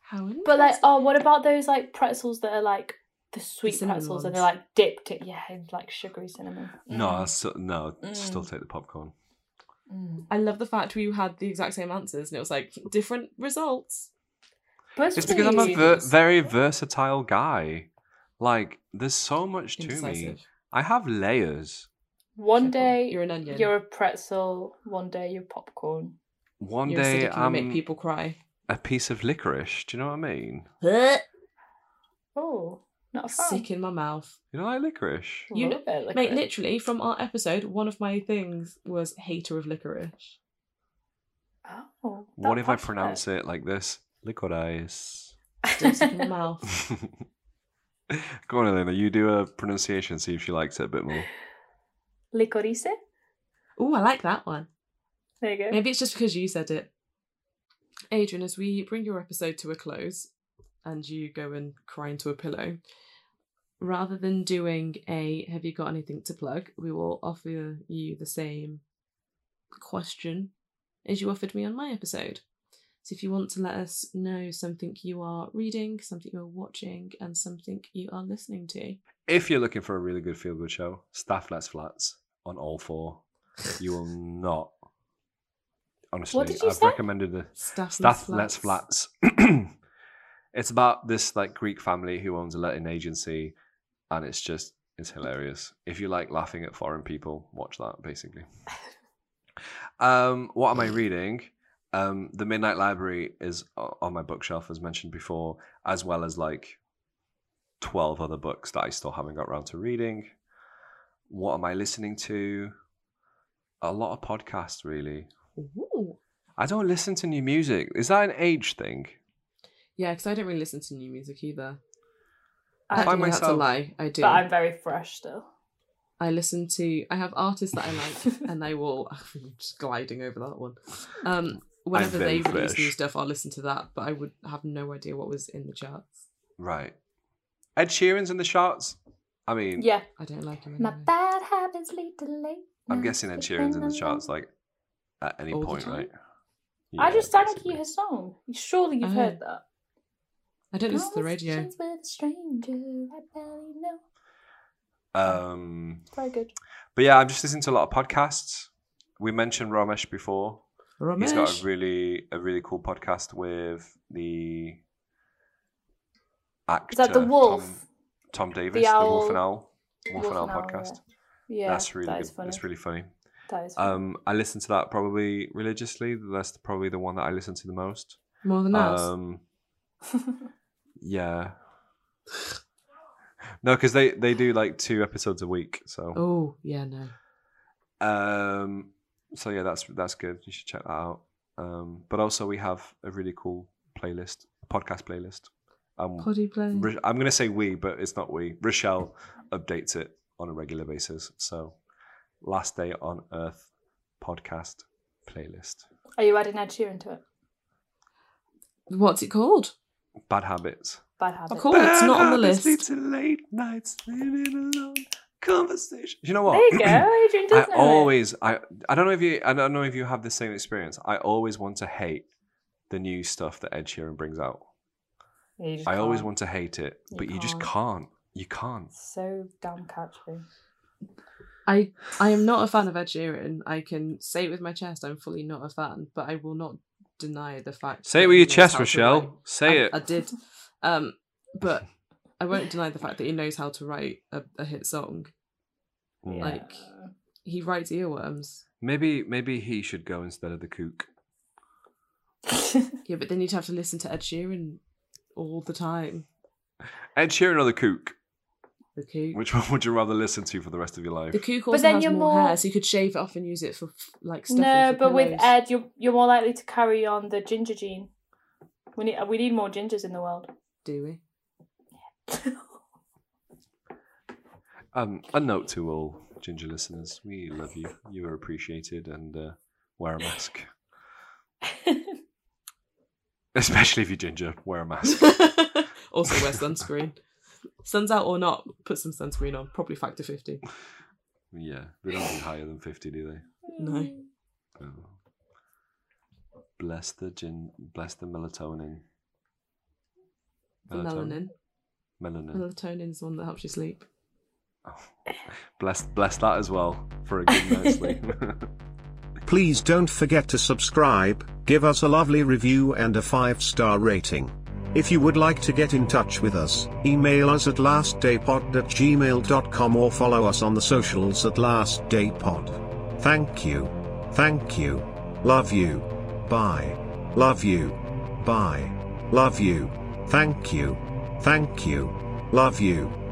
D: How?
E: But like,
D: interesting.
E: oh, what about those like pretzels that are like the sweet
D: cinnamon
E: pretzels and they're
D: ones.
E: like dipped in yeah, in like sugary cinnamon.
C: No, I'll s no,
E: Mm.
C: still take the popcorn.
E: Mm.
D: I love the fact we had the exact same answers, and it was like different results.
E: But
C: It's because I'm a ver-
D: Jeez.
C: very versatile guy. Like, there's so much to me. I have layers.
E: one
D: Simple.
E: day
D: You're an onion.
E: you're a pretzel, one day you're popcorn.
C: One
D: You're acidic
C: day um,
D: and you
C: I'm
D: make people cry.
C: a piece of licorice. Do you know what I mean?
E: Oh,
G: Not a fan.
D: Sick in my mouth.
C: You know, like licorice.
D: You
G: Love it,
D: Mate,
G: licorice.
D: literally, from our episode, one of my things was hater of licorice.
G: Oh,
C: What if I pronounce it like this? Licorice.
D: Still sick in my mouth.
C: Go on, Elena. You do a pronunciation. See if she likes it a bit more.
G: Licorice.
D: Oh, I like that one.
G: There you go.
D: Maybe it's just because you said it. Adrian, as we bring your episode to a close and you go and cry into a pillow, rather than doing a have you got anything to plug, we will offer you the same question as you offered me on my episode. So if you want to let us know something you are reading, something you are watching, and something you are listening to.
C: If you're looking for a really good feel good show, Staff Let's Flats on all four. You will not. Honestly,
G: did you
C: I've
G: say?
C: recommended the
D: Staff,
C: Staff Let's Flats. it's about this like Greek family who owns a letting agency, and it's just it's hilarious. If you like laughing at foreign people, watch that basically. um, what am I reading? Um, the Midnight Library is o- on my bookshelf, as mentioned before, as well as like twelve other books that I still haven't got around to reading. What am I listening to? A lot of podcasts, really.
D: Ooh.
C: I don't listen to new music. Is that an age thing?
D: Yeah, because I don't really listen to new music either.
G: I
D: Actually,
C: find
D: that's a
C: myself-
D: lie. I do.
G: But I'm very fresh still.
D: I listen to. I have artists that I like, and they will. I'm just gliding over that one. Um, whenever they
C: very
D: release new
C: fresh.
D: stuff, I'll listen to that. But I would have no idea what was in the charts.
C: Right. Ed Sheeran's in the charts. I mean,
G: Yeah.
D: I don't like them.
G: My
D: Anyway.
G: bad habits lead to late.
C: I'm
G: nights
C: guessing Ed
G: with
C: Sheeran's in the
G: anyone.
C: charts like at any
D: All the
C: point,
D: time?
C: right?
G: I
C: Yeah,
G: just sang
C: basically.
G: you his song. Surely you've
D: Oh.
G: heard that.
D: I don't listen to the radio.
G: Conversations With a stranger, I barely know.
C: Um,
G: Very good.
C: but yeah, I'm just listening to a lot of podcasts. We mentioned Ramesh before. He's got
D: Ramesh.
C: a really a really cool podcast with the actor
G: Is that the wolf?
C: Tom, Tom Davis, the,
G: owl-
C: Wolf and Owl, Wolf, and Owl
G: Owl,
C: podcast.
G: Yeah,
C: That's really
G: that
C: good.
G: is funny.
C: It's really funny.
G: that is funny.
C: Um, I listen to that probably religiously. That's probably the one that I listen to the most.
D: More than us.
C: Um, yeah. No, because they they do like two episodes a week. So,
D: oh yeah, no.
C: um, so yeah, that's that's good. You should check that out. Um, but also we have a really cool playlist, podcast playlist. Um,
D: Poddy play.
C: Ri- I'm gonna say we, but it's not we. Rochelle updates it on a regular basis. So, last day on Earth podcast playlist.
G: Are you adding Ed Sheeran to it?
D: What's it called?
C: Bad habits.
G: Bad habits.
D: Of course. Oh, it's not on the
C: Bad habits
D: list.
C: lead to late nights, living alone, conversation. You know what? Mm.
G: There you go. Adrian
C: I
G: does know it.
C: always, I, I don't know if you, I don't know if you have the same experience. I always want to hate the new stuff that Ed Sheeran brings out.
G: Yeah, you just
C: I always
G: can't.
C: want to hate it,
G: You
C: but you just
G: can't.
C: can't. You can't.
G: So damn catchy.
D: I I am not a fan of Ed Sheeran. I can say it with my chest. I'm fully not a fan, but I will not deny the fact.
C: Say
D: that
C: it with
D: he
C: your
D: knows
C: chest,
D: how to write.
C: Rochelle. Say
D: I,
C: it.
D: I did. Um, but I won't deny the fact that he knows how to write a, a hit song.
C: Mm.
D: Like- He writes earworms.
C: Maybe, maybe he should go instead of the kook.
D: Yeah, but then you'd have to listen to Ed Sheeran all the time.
C: Ed Sheeran or the kook?
D: The kook.
C: Which one would you rather listen to for the rest of your life?
D: The kook also
G: then
D: has
G: you're
D: more,
G: more-
D: hair, so you could shave it off and use it for f- like stuff.
G: no, but with Ed, you're you're more likely to carry on the ginger gene. We need we need more gingers in the world.
D: do we?
C: Um, a note to all ginger listeners: we love you. You are appreciated, and uh, wear a mask, especially if you're ginger. Wear a mask.
D: also wear sunscreen. Sun's out or not, put some sunscreen on. Probably factor fifty.
C: yeah, they don't do higher than fifty, do they?
G: Hmm.
D: No.
C: Oh. Bless the gin. Bless the melatonin.
D: The melanin.
C: Melanin.
D: Melatonin is the one that helps you sleep.
C: Oh. Bless, bless that as well for a good night's sleep.
B: Please don't forget to subscribe, give us a lovely review and a 5-star rating. If you would like to get in touch with us, email us at lastdaypod at gmail.com or follow us on the socials at lastdaypod. Thank you. Thank you. Love you. Bye. Love you. Bye. Love you. Thank you. Thank you. Love you.